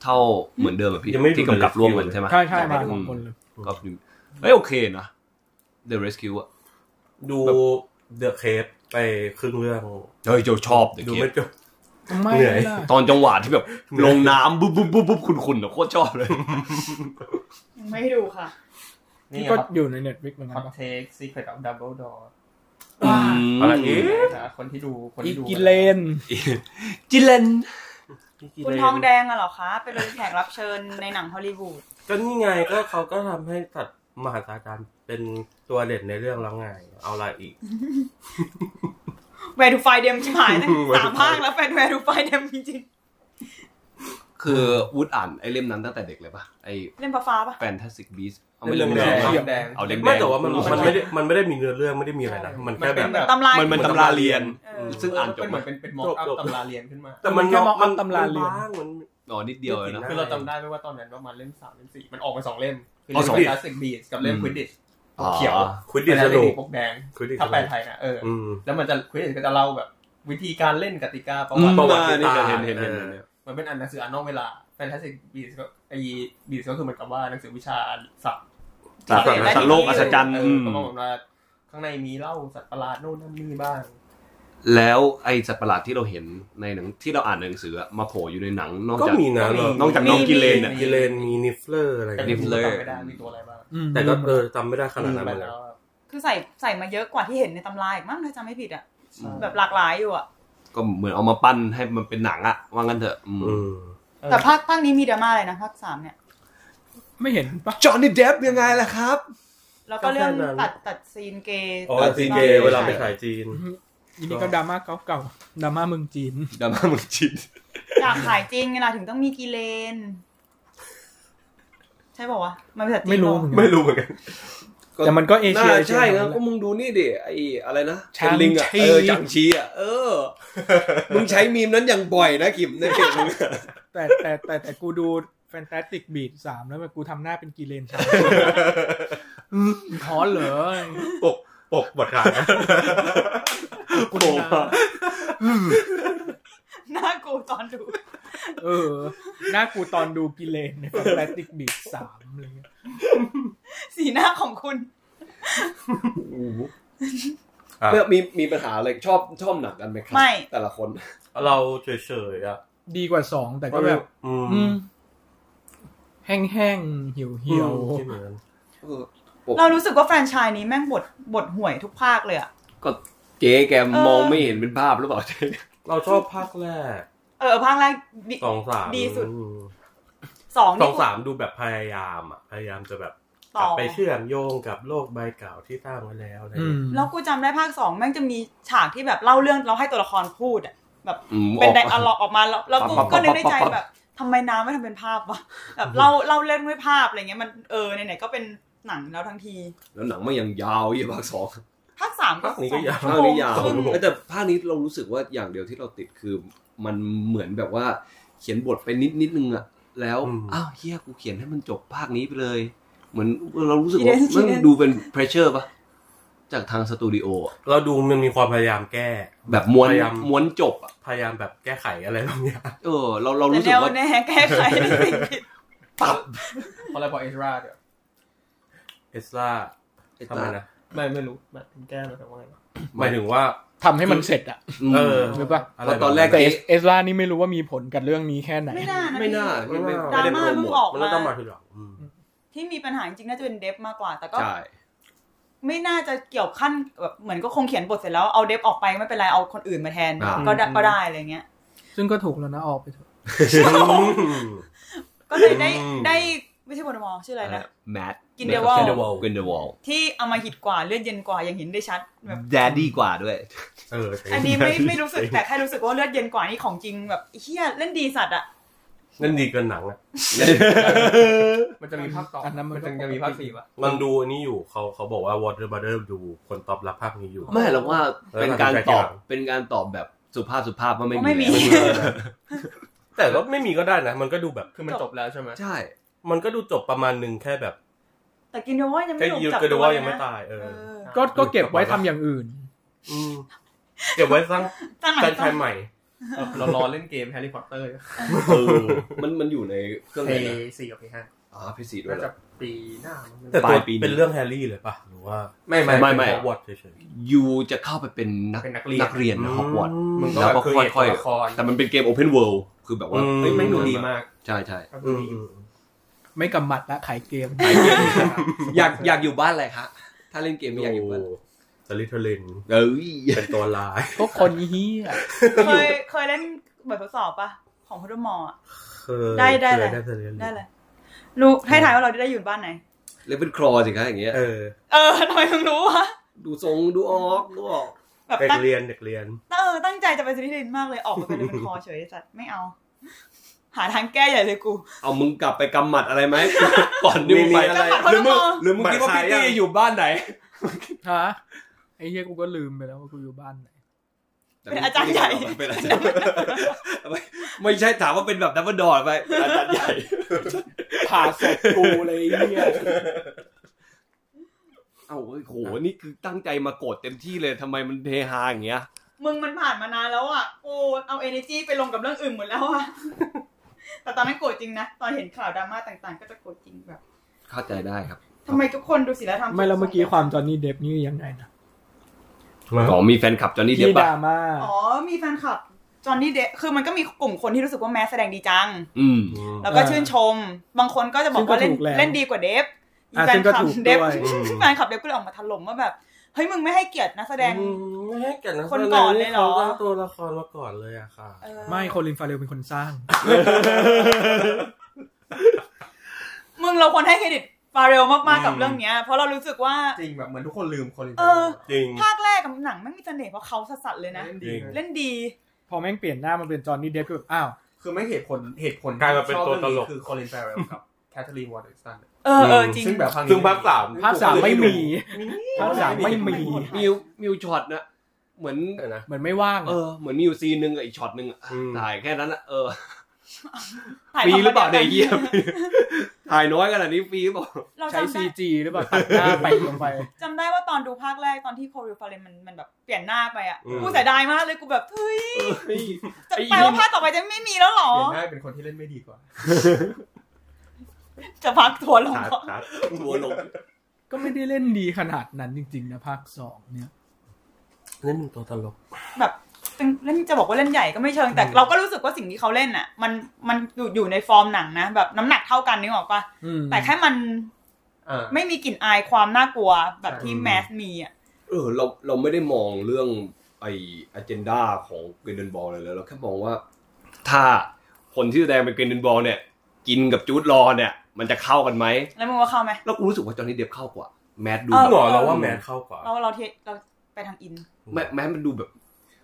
เท่าเหมือนเดิมอะพี่
ยังไม่ดู
ที่กำกับ
The
ร่วมกันใช่ไหม
ใช่ใช่มา
อื
สองคนเลย
ก็ดูเอ้ยโอเคนะ The Rescue อะ
ดูเดอะเคปไปครึ่งเรื่อง
เฮ้ยเจ้าชอบ The
ดู
Cave
ไม่จบ
ไม่
เหนื่อย
ล่ะ
ตอนจังหวะที่แบบ ลงน้ำบุ๊บบุ๊บบุ๊บบุ๊บคุณคุณอะโคตรชอบเลย
ยังไม่ให้ดูค่ะ
นี่
ก็
ก็
อยู่ในเน็ตฟลิกเหมือนกั
คอน น
ปะ
เทกซีเครตออฟดับเบิลดอร์
อะไรอีก
คนที่ดูคน
อี
ที่ดู
กิเลน
จิเลน
คุณทองแดงอะเหรอคะ เป็นแขกรับเชิญในหนังฮอลลีวูด
ก็นี่ไงก็เขาก็ทำให้สัตว์มหาศาลการเป็นตัวเด่นในเรื่องแล้วไง เอาอะไรอีก
แวร์ทูไฟเดมชิบหายตั้ง
Where to
สามภาคแล้วแฟนแวร์ทูไฟเดมจริง
คือวุฒอ่านไอ้เล่มนั้นตั้งแต่เด็กเลยป่ะ ไอ้
ๆเล่นฟ้าๆปะ
Fantastic Beast เอา
เล่ม
แด
แดง
ง
แดง
เอาเล่มแดง
ไม่แต่ว่ามัน
เอ
มันไม่ได้มันไม่ได้มีเนื้อเรื่องไม่ได้มีอะไรนะ มันแค่แบบ
มันเป็นแบบ
ตำราย
มันมันตำราเรียน
เออ
ซึ่งอ่านจบ
เป็นเหมือนเป็นเป็นมอกอัพ
จบๆ
ตำราเรียนขึ้นมา
แต่มัน
มันแค่มอง
มัน
ตำราเรียน
มันบ้างมัน
อ๋อนิดเดียวเลยนะ
คือเราจำได้ไหมว่าตอนนั้นประมาณเล่มสามเล่มสี่มันออกมาสองเล่ม คือ
อ๋อ
เล่ม
สอง
ค
เล่ม
ลาสสิกบีสกับเล่มควิดดิช
อ๋อ
เขียว
คุณดิส
ส
นุก
ปกแดง
Quidditch
ถ้าแปลไทยนะเอออ
อืม
แล้วมันจะควิดดิชก็จะเล่าแบบ วิธีการเล่นกติกาประ
อื
วั
ม
ติ
ประวัติ
อ่านี่
ศาสตร์
เห็นเห็นเห็น
เออ
เห็น
มันเป็นอันหนังสืออ่านนอกเวลาแฟนตาซีบีสก็ไอบีสก็คือเหมือนกับว่าหนังสือวิชาศัพท์
สัตว์สัตว์โลกอัศจรรย์
เอ
อื
อ
ม
ก็มาบอกว่าข้างในมีเล่าสัตว์ประหลาดโน่นนั่นนี่บ้าง
แล้วไอ้สัตว์ประหลาดที่เราเห็นในหนังที่เราอ่านในหนังสืออะมาโผล่อยู่ในหนังนอก
ก็
จาก
มีนะ
ก็มี
นอกจากน้องกิเลนเนี่ย
กิเลนมีนิฟเลอร์อะไรอย่าง
แต่
เงี้ย
ที่
นิฟ
ผมก็
เลอร์
จำไม่ได้มีตัวอะไรบ้าง
อืม
แต่ก็เออจำไม่ได้ขนาดนั้น
ไป
เลย
แล้ว
คือใส่ใส่มาเยอะกว่าที่เห็นในตำรายอีกมั้งถ้าจำไม่ผิดอะ
ใช่
แบบหลากหลายอยู่อะ
ก็เหมือนเอามาปั้นให้มันเป็นหนังอะว่างั้นเถอะ
อืม
แต่ภาคภาคนี้มีดราม่าเลยนะภาคสามเนี่ย
ไม่เห็นปะ
จอห์นนี่เดฟยังไงล่ะครับ
แล้วก็เรื่องตัดตัดซีนเกย์
อ๋อ
แต่
ซีเกย์เวลาไปถ่ายจีน
อันนี้ก็ดราม่าเก่าๆดราม่าเมืองจีน
ดราม่ามึงชิน
อยากขายจริงไงล่ะถึงต้องมีกิเลน ใช่ป่าวะมันเป็นสัตว์จีน
ไม่รู้
เหร
เห
อ
มือนกั
ไม่
น
รู้เหมือนกัน
แต่มันก็เอเชีย
น่าใช่
เอเชีย
ครับ
แหละ
ก็มึงดูนี่ดิไอ้อะไรนะ
ชาง
เทนลิงอะ
ชี
เออจังชีอะเอ อ มึงใช้มีมนั้นอย่างบ่อยนะกิมในเพจมึง
แต่แต่แต่แต่กูดูแฟนตาสติกบีดสามแล้วแบบกูทำหน้าเป็นกีเลนชาวฮอนเหรอ
ปกปกบทการนะ
กูดูนะ
หน้ากูตอนดู
เออ หน้ากูตอนดูกีเลนในแฟนตาสติกบีดสามอะไรเงี้ย
สีหน้าของคุณ
อ่ะ
เพื่อมีมีปัญหาอะไรชอบชอบหนังกันไหมครั
ไม่
แต่ละคน
เราเฉยๆอ่ะ
ดีกว่าสองแต่ก็แบบ
อืม
อืม แห้งๆเหี่ยว
คิดเหมือนกัน
เออ
เรารู้สึกว่าแฟรนไชส์นี้แม่งบทบทห่วยทุกภาคเลยอะ
ก็เจ๊แก
เออ
มองไม่เห็นเป็นภาพหรือเปล่าเจ๊
เราชอบภาคแรก
เออภาคแรกดิ
สองสาม
ดีสุด
อืม
สอง
ส
นี่
อง
กู
สามดูแบบพยายามอ่ะ พยายามจะแบบก
ต่
ลั
อบ
ไปเชื่อมโยงกับโลกใบเก่าที่สร้างไว้แล้วอะไรอ
ๆอื
ย่าง
ม
เงี้ย
แล้วกูจำได้ภาคสองแม่งจะมีฉากที่แบบเล่าเรื่องเราให้ตัวละครพูดอะ แบบ
อืม
เป็นได
ออก
อะล็อกออกมาแล้วแล้วกู
ปั๊บปั๊บ
ก็นึกในใจ
ปั๊บปั๊บ
แบบทำไมน้ำไม่ทำเป็นภาพวะแบบเล่าเล่าเล่นด้วยภาพอะไรเงี้ยมันเออไหนๆก็เป็นหนังแล้วทั้งที
แล้วหนังมันยังยาวยี่ภาคสอง
ภาคสามก็
ภาคนี้ก็ยาว
สอ
ภาค
ง
นี้ยาว
ชั่โมงครึ่ง
แต่ภาคนี้เรารู้สึกว่าอย่างเดียวที่เราติดคือมันเหมือนแบบว่าเขียนบทไปนิดนิดนึงอะแล้ว
อืม
อ้าวเฮียกูเขียนให้มันจบภาคนี้ไปเลย เหมือนเรารู้สึกว่า
Yes,
มัน
yes.
ดูเป็นเพรสเชอร์ปะจากทางสตูดิโออะ
เราดูมันมีความพยายามแก้
แบบม้วน
พยายาม
ม้วนจบอะ
พยายามแบบแก้ไขอะไรบางอย่าง
เออ เราเรา
แต่
รู้สึ
แน
ก
ว
ว่า
แน่แก้ไขได้สิ่งผิด
ปับ
เพราะอะไรพอเอชราเดี๋ยว
เอสล่าทำไมนะ
ไม่ไม่รู้แบบแก้แล้วแต่ว่าไงวะ
หมายถึงว่า
ทำให้มันเสร็จอะ
เออ
หรือปะ
เพราะตอนแรก
แต่
เจ๊
เอสลานี่ไม่รู้ว่ามีผลกับเรื่องนี้แค่ไหน
ไม่น่านะ
ไม่น่า
พี่
ไม่ไม่
ดรา
ไได้
ม่า
โปโท
เพิ่งออก
มัน
มา
ก็ต้องมาที หลังอืม
ที่มีปัญหาจริงๆน่าจะเป็นเดฟมากกว่า แต่ก็
ใช่
ไม่น่าจะเกี่ยวขั้นแบบเหมือนก็คงเขียนบทเสร็จแล้วเอาเดฟออกไปไม่เป็นไรเอาคนอื่นมาแทน
อ่า
ก็ได้ก็ได้อะไรเงี้ย
ซึ่งก็ถูกแล้วนะออกไปเถอะ
ก็เลยได้
อืม
ได้ไม่ใช่บนมอชื่ออะไรนะ
แมท
Grindelwald
Grindelwald
กินเดวอล
ที่เอามาหิดกว่าเลือดเย็นกว่ายังเห็นได้ชัดแบบ
แดดดี้กว่า ด้วย
เออ
อันนี้ไม่ไม่รู้สึกแต่แค่รู้สึกว่าเลือดเย็นกว่านี่ของจริงแบบไอ้เฮียเล่นดีสัตว์อะ
นั่นดีเกินหนังอะ
มันจะมีภาคต่ออน
นั้นมัน
จะจะมีภาคสี่ปะ
มันดูอันนี้อยู่เขาเขาบอกว่าวอเตอร์บัตเตอร์ดูคนตอบรับภาพนี้อยู่
ไม่หรอกว่าเป็นการตอบ
เออ
เป็นการตอบแบบสุภาพสุภาพว่าไม่
ไม่มี
แล้ว
แต่ก็ไม่มีก็ได้นะ มันก็ดูแบบ
คือมันจบแล้วใช่ไหม
ใช่
มันก็ดูจบประมาณหนึ่งแค่แบบ
แต่กินเดว่ายัง
แค่
ไม่ถูก
ยู
จับ
กระ
ตั
ดู
ว
ว่า
เล
ยั
ย
งไม่
นะ
ตายเออ
เออ
ก็ก็เก็บไว้ทำอย่างอื่น
อืมเก็บไว้ สร้าง
ตั้งหลั
กา
ง
รใช้ใหม่
เรารอเล่นเกมแฮร์รี่พอตเตอร์
เออมันมันอยู่ในเครื่อง
เพ
ไหนนะ
ย์สี่กับเพย์ห้า
อ๋อพีซีด้วย
น่า
เหร
จะ
อ
ปีหน้ามั้ง
แต่ตัว
ปลายปีนี้
เป็นเรื่องแฮร์รี่เลยป่ะหรือว่า
ไม่ไม่
ไม่
ไม่
วอตเฉย
ยูจะเข้าไปเป็นนัก
เป็นนักเรียน
นักเรียนนะฮอกวอตส์
อืม
มึงก็
แล้ว
แบบ
ก็
คือ
ค่
เอกตั
อยว
ละคร
ๆ แต่มันเป็นเกมโอเพนเวิลด์คือแบบว่า
อืม
เฮ้ย
ไม่ดูดีมาก
ใช่ใช่
ก็
ๆ
ดู
อืม
ดี
อืม
ไม่กำหมัดละขายเกม
อยากอยากอยู่บ้านอะไรคะถ้าเล่นเกมไม่อยากอยู่บ้าน
สลิทเทอร์เลน
เอ้ย
เป็นตัวร้าย
พวกคนเฮีย
เคยเคยเล่นแบบทดสอบปะของพุทธมออะ
เคย
ได้ได้
เค
เลย ย
ได้สลิทเทอร์เลน
ได้เลยรู้ให้ทายว่าเราได้อยู่บ้านไหน
เลเวลครอสิคะอย่างเงี้ย
เออ
เออทำไมมึงรู้วะ
ดูทรงดูออกดูออก
แบบ
เด็ก
ตั้ง
เรียนเด็กเรียน
เออตั้งใจจะไปซิลิเดนมากเลยออกมาเป็นเลยเป็นคอเฉยไอ้สัตว์ไม่เอา หาทางแก้ใหญ่เลยกู
เอามึงกลับไปกำหมัดอะไร ไหม ก่อนดิวไป
มีอะไร
หรือมึงหรือมึง
หมัด
คิดว่า
ซ้า
พี่
ย
ตี้
ยัง
อยู่บ้านไหน
ฮะไอ้เฮียกูก็ลืมไปแล้วว่ากูอยู่บ้านไหน
เป็นอาจารย์ใหญ่
เป็นอาจารย์ไม่ไม่ใช่ถามว่าเป็นแบบดับเบิลดอร์ไปเป็นอาจารย์ใหญ่
ผ่าศพกูเลยไอ้เฮีย
เอ้าโอ้ยโหนี่คือตั้งใจมาโกรธเต็มที่เลยทำไมมันเทฮาอย่างเงี้ย
มึงมันผ่านมานานแล้วอ่ะโอ้เอาเอเนจีไปลงกับเรื่องอื่นหมดแล้วอ่ะ แต่ตอนนั้นโกรธจริงนะ ตอนเห็นข่าวดราม่าต่างๆ ก็จะโกรธจริงแบบ
เข้าใจได้ครับ
ทำไมทุกคนดูศิลธรรม
ไม่แล้วเมื่อกี้ความจอห์นนี่เดฟนี่ยังไงนะ
ก่อมีแฟนคลับจอห์นนี่เดีย
ที่
บ
ด
ป่ะ
ราม่า
อ๋อมีแฟนคลับจอห์นนี่เดคือมันก็มีกลุ่มคนที่รู้สึกว่าแมสแสดงดีจัง
อืม
แล้วก็ชื่นชม บางคนก็จะบอกว่าเล่น
ซึ่งก็ถูกแล้ว
เล่นดีกว่าเดฟ
อ่ะ
แฟนคลับ
ซึ่งก็ถูก
เดฟ
ด้วย
แฟนคลับเดฟก็เลยออกมาถล่มว่าแบบ เฮ้ยมึงไม่ให้เกียรตินักแสดง
ไม่ให้แก่กแสดง
คนก่อนเลยเหรอ
ขาสร้างตัวละครมาก่อนเลยอะค่ะ
เออ
ไม่โคลินฟาเรลเป็นคนสร้าง
มึงเราควรให้เครดิตฟาเรลมากๆกับเรื่องเนี้ย เพราะเรารู้สึกว่า
จริงแบบเหมือนทุกคนลืมคน
เออ
จริง
ภาคแรกกับหนังไม่มีเสน่ห์เพราะเขาสัสๆเลยนะ
เล่น
จ
ดี
ริง
เล่น
เล่นดี
พอแม่งเปลี่ยนหน้ามาเป็นจอห์นนี่เดฟก็แบบอ้าว
คือไม่เหตุผลเหตุผล
กลายมาเป็น
ชอบ
ตัวตล
รื่อง
ก
คือคอลินแฟร์เรลกับแคทเธอรีนวอร์เดอร์สัน
เออเออ
อืม
จริง
ซึ่งแบบภาคนี้
ซึ่งภาคสาม
ภาคสามไม่มี ภาคสามไม่มี
มิวมิวช็อตนะเหมือน
เออนะ
เหมือนไม่ว่าง
เออ เหมือนมีอยู่ซีนหนึ่งอะอีกช็อตหนึ่งอะ
อืม
ถ่ายแค่นั้นอะเออ
ถ่ย
ฟรี
ทำ
หรือเปล่า
ดี
เนี่ยว
กั
เยี่ยม ถ่ายน้อยขนาดนี้ฟรีหรือเปล่า
เรา
ใช้
จำได้
ซีจีหรือเปล่าตัดหน้าไปลงไป
จำได้ว่าตอนดูภาคแรกตอนที่โคริวฟาเรนมันมันแบบเปลี่ยนหน้าไปอ่ะ
อืม
กูเสียดายมากเลยกูแบบเฮ้ย
เออ
จะ
ไอ้
แปลว่าภาคต่อไปจะไม่มีแล้วเหรอ
เปลี่ยนได้เป็นคนที่เล่นไม่ดีกว่า
จะพักทัวร์ลง
ขาด
ก่อน
ขาด
หัวลง
ก็ไม่ได้เล่นดีขนาดนั้นจริง ๆ นะภาคสองเนี่ย
เล่นเป็นตัวตลก
แบบเล่นจะบอกว่าเล่นใหญ่ก็ไม่เชิงแต่เราก็รู้สึกว่าสิ่งที่เขาเล่นอ่ะ มันมันอยู่อยู่ในฟอร์มหนังนะ แบบน้ำหนักเท่ากันนึกออกปะ
อืม
แต่แค่มัน
อ่า
ไม่มีกลิ่นอายความน่ากลัวแบบที่
อืม
แมสมีอ่ะ
เออเราเราไม่ได้มองเรื่องไออเจนดาของเกรนเดนบอลเลยแล้วเราแค่มองว่า ถ้าคนที่แสดงเป็นเกรนเดนบอลเนี่ย กินกับจูดรอเนี่ย มันจะเข้ากันไหม
แล้วมึงว่าเข้าไหม
แล้วกูรู้สึกว่าจอห์นนี่เดฟเข้ากว่า แมทดู
เออ
แบบ
หรอเราว่าแมนเข้ากว่า
เราเราเทเราไปทางอิน
แมทแมทมันดูแบบ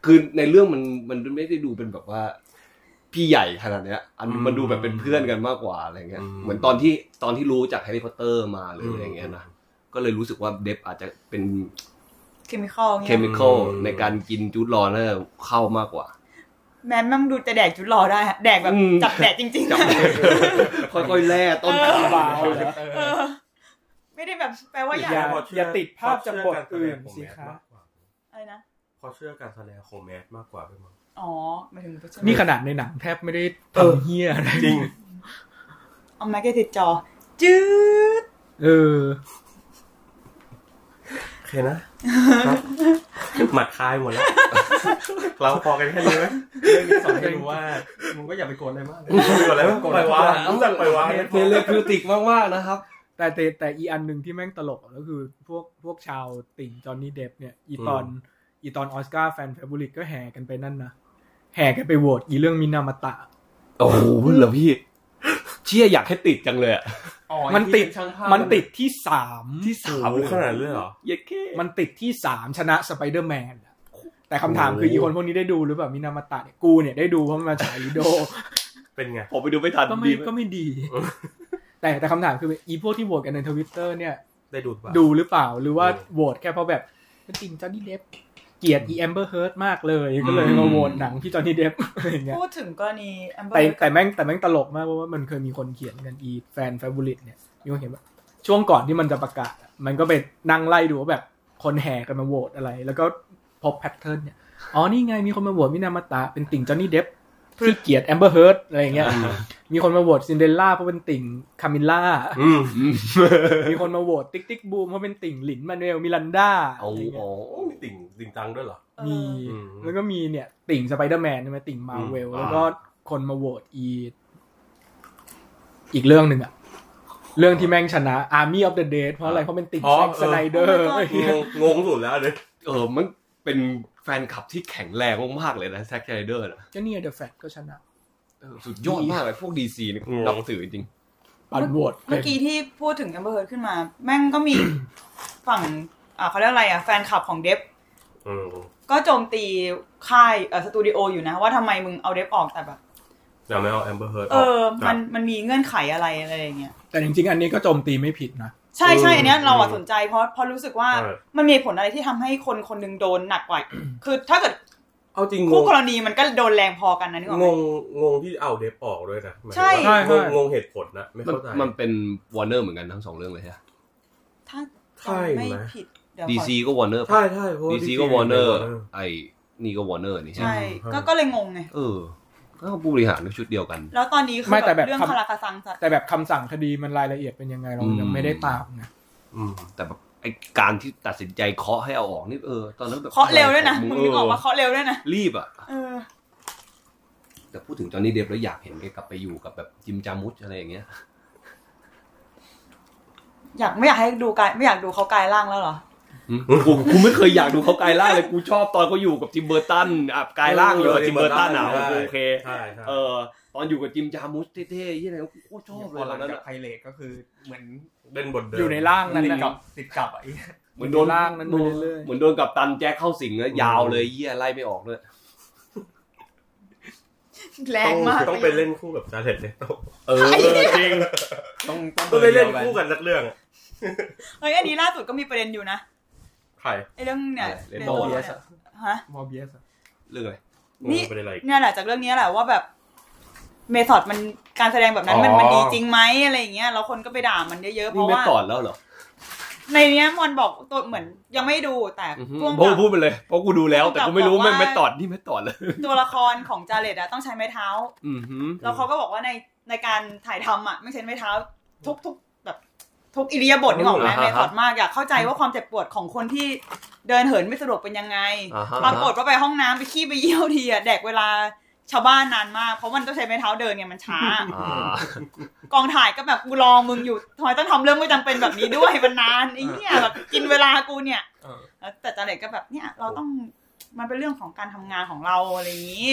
คือในเรื่องมันมันไม่ได้ดูเป็นแบบว่า พี่ใหญ่ขนาดเนี้ย อัน
อืม
มันดูแบบเป็นเพื่อนกันมากกว่าอะไรเงี้ย
อืม
เหมือนตอนที่ตอนที่รู้จากแฮร์รี่พอตเตอร์มาหรือ
ม
อะไรเงี้ยนะก็เลยรู้สึกว่าเดฟอาจจะเป็น
เคมีคอล
เค
เงี้ย
มีคอล
อืม
ในการกินจูดรอนแล้วเข้ามากกว่า
แม้แม่งดูจะแดกจุดรอได้อะแดกแบบ
อืม
จับแดดจริงๆ
จับ ค่อยๆแล่ต้นขา
เบาเหรอ
เออ ไม่ได้แบบแปลว่า
อย่
อา
ย่า
พอเชื่ออย่
อาติดภาพจากบทอื่น
พอ
สิ
เชื่อ
คะ
การแสดงของแมสมากกว่า
อะไรนะ
พอเชื่อการแสดงของแมสมากกว่าไปมั้ง
อ๋อหมายถึง
นี่ขนาดในหนังแทบไม่ได้
เออ
ทำเฮียอะไร
จริง
เอาแม็กติดจอ จืด
เออ
โอเคนะ หมัดคายหมดแล้ว เราพอกันแค่นี้ไหมเรื่องนี้สอนให้รู้ว่ามึงก็อย่าไปโกรธอะไรมากเลยโกรธอะไรมากปล่อยวางรู้จักปล่อยวาง
เทเลพิวติกมากๆนะครับ
แต่แต่แต่อีอันหนึ่งที่แม่งตลกอะก็คือพวกพวกชาวติ่งจอห์นนี่เดฟเนี่ย อีตอนอีตอนออสการ์แฟนเฟเบริกก็แห่กันไปนั่นนะแห่กันไปโหวตอีเรื่องมินามาตะ
โอ้โหเหรอพี่ เชี่ยอยากให้ติดจังเลยอะ
อ๋อ
มันติด
ที่เป็ช่างภาพ
มันติดที่สามที่สาม
ถามขนาดเลยเหรอ
เย็ดแค่
มันติดที่สามชนะสไปเดอร์แมนอะแต่คำถามคืออีคนพวกนี้ได้ดูหรือเปล่ามินามาตะเนี่ยกูเนี่ยได้ดูเพราะมันมาจากอีโด
เป็นไง
ผมไปดูไม่ทัน
ก็ไม่
ดี
ก็
มาก
ไม่ดี แต่แต่คำถามคืออีพวกที่โหวตกันในทวิตเตอร์เนี่ย
ได้ดูป่ะ
ดูหรือเปล่าหรือว่า
อืม
โหวตแค่เพราะแบบมันจริงจอห์นนี่เดฟเกลียดอีแอมเบอร์เฮิร์ตมากเลยก็เลย
อืม
มาโหวตหนังพี่จอห์นนี่เดฟ อะไรอย่างเงี้ย
พูดถึงกรณีแอมเบอ
แต่
ร์
แต่แม่งแต่แม่งตลกมากเพราะว่ามันเคยมีคนเขียนกันอีแฟนแฟบูลิตเนี่ยมีคนเขียนว่าช่วงก่อนที่มันจะประกาศอะมันก็ไปนั่งไล่ดูว่าแบบคนแห่กันมาโหวตอะไร แล้วก็พบแพทเทิร์นเนี่ยอ๋อนี่ไงมีคนมาโหวตมินามาตาเป็นติ่งจอห์นนี่เดฟที่เกลียดแอมเบอร์เฮิร์ตอะไรอย่างเงี้ยมีคนมาโหวตซินเดอเรลล่าเพราะเป็นติ่งคามิลล่า
อืม
มีคนมาโหวตติ๊กติ๊กบูมเพราะเป็นติ่งหลินมานูเอลมิลันดา
เอา
อะไรเงี้
อ๋
ย
อ
โอ้มีติ่งติ่งตังด้วยเหรอ
เออ
มี
อืม
แล้วก็มีเนี่ยติ่งสไปเดอร์แมนใช่ไหมติ่งมาเวล
อืม
แล้วก็คนมาโหวตอี อีกเรื่องหนึ่งอะเรื่องที่แม่งชนะ Army of the Dead เพราะอะไรเพราะเป็นติ่งแซ็กสไนเดอร์
งงงงสุดแล้วเลย
เออมันเป็นแฟนคลับที่แข็งแรงมากๆเลยนะแซคไรเดอร์นะ
ก็เนี่ยเดอะแฟตก็ชนะ
เออสุดยอดมากเลยพวกดีซีนี่นับถือจริง
ปั่นโหวต
เมื่อกี้ที่พูดถึงแอมเบอร์เฮิร์ขึ้นมา แม่งก็มี ฝั่งอ่าเขาเรียกอะไรอ่ะแฟนคลับของเดฟ
อืม
ก็โจมตีค่ายเออสตูดิโออยู่นะ ว่าทำไมมึงเอาเดฟออกแต่แบบ
แต่ไม่เอาแอมเบอร์เฮิร์ด
เออ มันมันมีเงื่อนไขอะไรอะไรอย่างเงี้ย
แต่จริงๆ อันนี้ก็โจมตีไม่ผิดนะ
ใช่ใช่อันเนี้ย
อืม
เราอ่ะสนใจเพราะเพราะรู้สึกว่า
ใช่
มันมีเหตุผลอะไรที่ทำให้คนคนหนึงโดนหนักกว่า คือถ้าเกิด
เอาจริงง
คู่
ง
กรณีมันก็โดนแรงพอกันนะนึกออก
ง
ไหม
งงงที่เอาเดฟออกด้วยนะหมายถึง
ใช่
ว่า
ใช่
งงงงเหตุผลนะไม่
ๆ มัน
เข้าใจ
มันเป็นวอร์เนอร์เหมือนกันทั้งสองเรื่องเลยใช่ไหม
ถ้า
ใช่
จำไม่
ไหม
ผิดเดี๋ยว
ดี
ก่อน
ซีก็วอร์เนอร์
ใช่ใช่เพราะว่า
ดีซีก็วอร์เนอร์
ป็ Warner
ไอ้นี่ก็วอร์เนอร์นี่ใช่ไหม
ใช่ก็ก็เลยงงไง
เออก็ผู้บริหารก็ชุดเดียวกัน
แล้วตอนนี้คือ
ไม่แต่แบบ
เรื่อง
คำ
คาราคาซังสัตว์
แต่แบบคำสั่งคดีมันรายละเอียดเป็นยังไงเรายังไม่ได้ตามนะ
อืม
แต่แบบไอ้การที่ตัดสินใจเคาะให้เอาออกนี่เออตอนนั้นแบบ
เคาะเร็วด้วยนะ
ข
มึง
เ
นึกออกว่าเคาะเร็วด้วยนะ
รีบอ่ะ
เออ
แต่พูดถึงจอห์นนี่เดฟแล้วอยากเห็นแกกลับไปอยู่กับแบบจิมจามุชอะไรอย่างเงี้ย
อยากไม่อยากให้ดูกายไม่อยากดูเขากายร่างแล้วเหรอ
กูกูไม่เคยอยากดูเขากายร่างเลย กูชอบตอนเขาอยู่กับจิมเบอร์ตันอ่ะกายร่างอยู่กับจิมเบอร์ตันอ่ะ
ใช่
โอเค
ใช่ใช่
เออ ตอนอยู่กับจิมจามุสเท่ๆยี่อะไรกูโคตรชอบ
พ
เล
อย ห
ต
ลั
อง นนั้น
จาก
อะ
ไพเรตก็คือเหมือน
เล่นบทเดิม
อยู่ในร่างนั้น
ติด
นะ
กับติดกับไอ้
เหมือนโดน
ร่างนั้นไปเรื่อยๆ
เหมือนโดนกับตันแจ็คเข้าสิงแล้วยาวเลยเยี่ยไล่ไม่ออกเลย
แร
ต้อง ง
มาก
ต้องไปเล่นคู่กับชาเลตเลย
เออจริง
ต้องต้อง
ต้องไปเล่น
บอร์ดียว
คู่กันนักเรื่องอะ
เฮ้ยอันนี้ล่าสุดก็มีประเด็นอยู่นะ
ใคร
ไอ้เรื่องเนี่ย
เล่น
เรื่อง
โบ
ตัว
ว์
เนี่ยฮะ
มอร์เบียส
เรื่องอะไร
ง
นี่
งไปเลยอะไรอีก
เนี่ยแหละจากเรื่องนี้แหละว่าแบบเมธอดมันการแสดงแบบนั้นมัน
อ๋อ
มันดีจริงไหมอะไรอย่างเงี้ยแล้วคนก็ไปด่ามันเยอะๆเพ
นี่
ราะ
ไม่
ว่า
ก่อนแล้วเหรอ
ในเนี้ยมอนบอกตัวเหมือนยังไม่ดูแต่
อือฮึ
พ่วง
พูด
กับ
พูดไปเลยเพราะกูดูแล้ว แต่กูไม่รู้
บอกว่า
แม่งไม่ตอดนี่ไม่ตอดเลย
ตัวละครของจาเลตอะต้องใช้ไม้เท้า
อือฮึ
แล้วเขาก็บอกว่าในในการถ่ายทำอะไม่ใช้ไม้เท้า ทุกทุกแบบทุกอิเลียบทนี่ออกไหมเมธอดมากอยากเข้าใจว่าความเจ็บปวดของคนที่เดินเหินไม่สะดวกเป็นยังไง
อ่าฮะ
ปรากฏว่าไปห้องน้ำไปขี้ไปเยี่ยวทีอะแดกเวลาชาวบ้านนานมาก เพราะมันต้องใช้ไม้เท้าเดินไงมันช้า
อ่าก
องถ่ายก็แบบกูรอมึงอยู่ทำไมต้องทำเรื่องไม่จำเป็นแบบนี้ด้วยมันนานไอ้เนี่ยแบบกินเวลากูเนี่ย
เออ
แล้วแต่จาเล็กก็แบบเนี่ยเราต้องมันเป็นเรื่องของการทำงานของเราอะไรอย่างนี้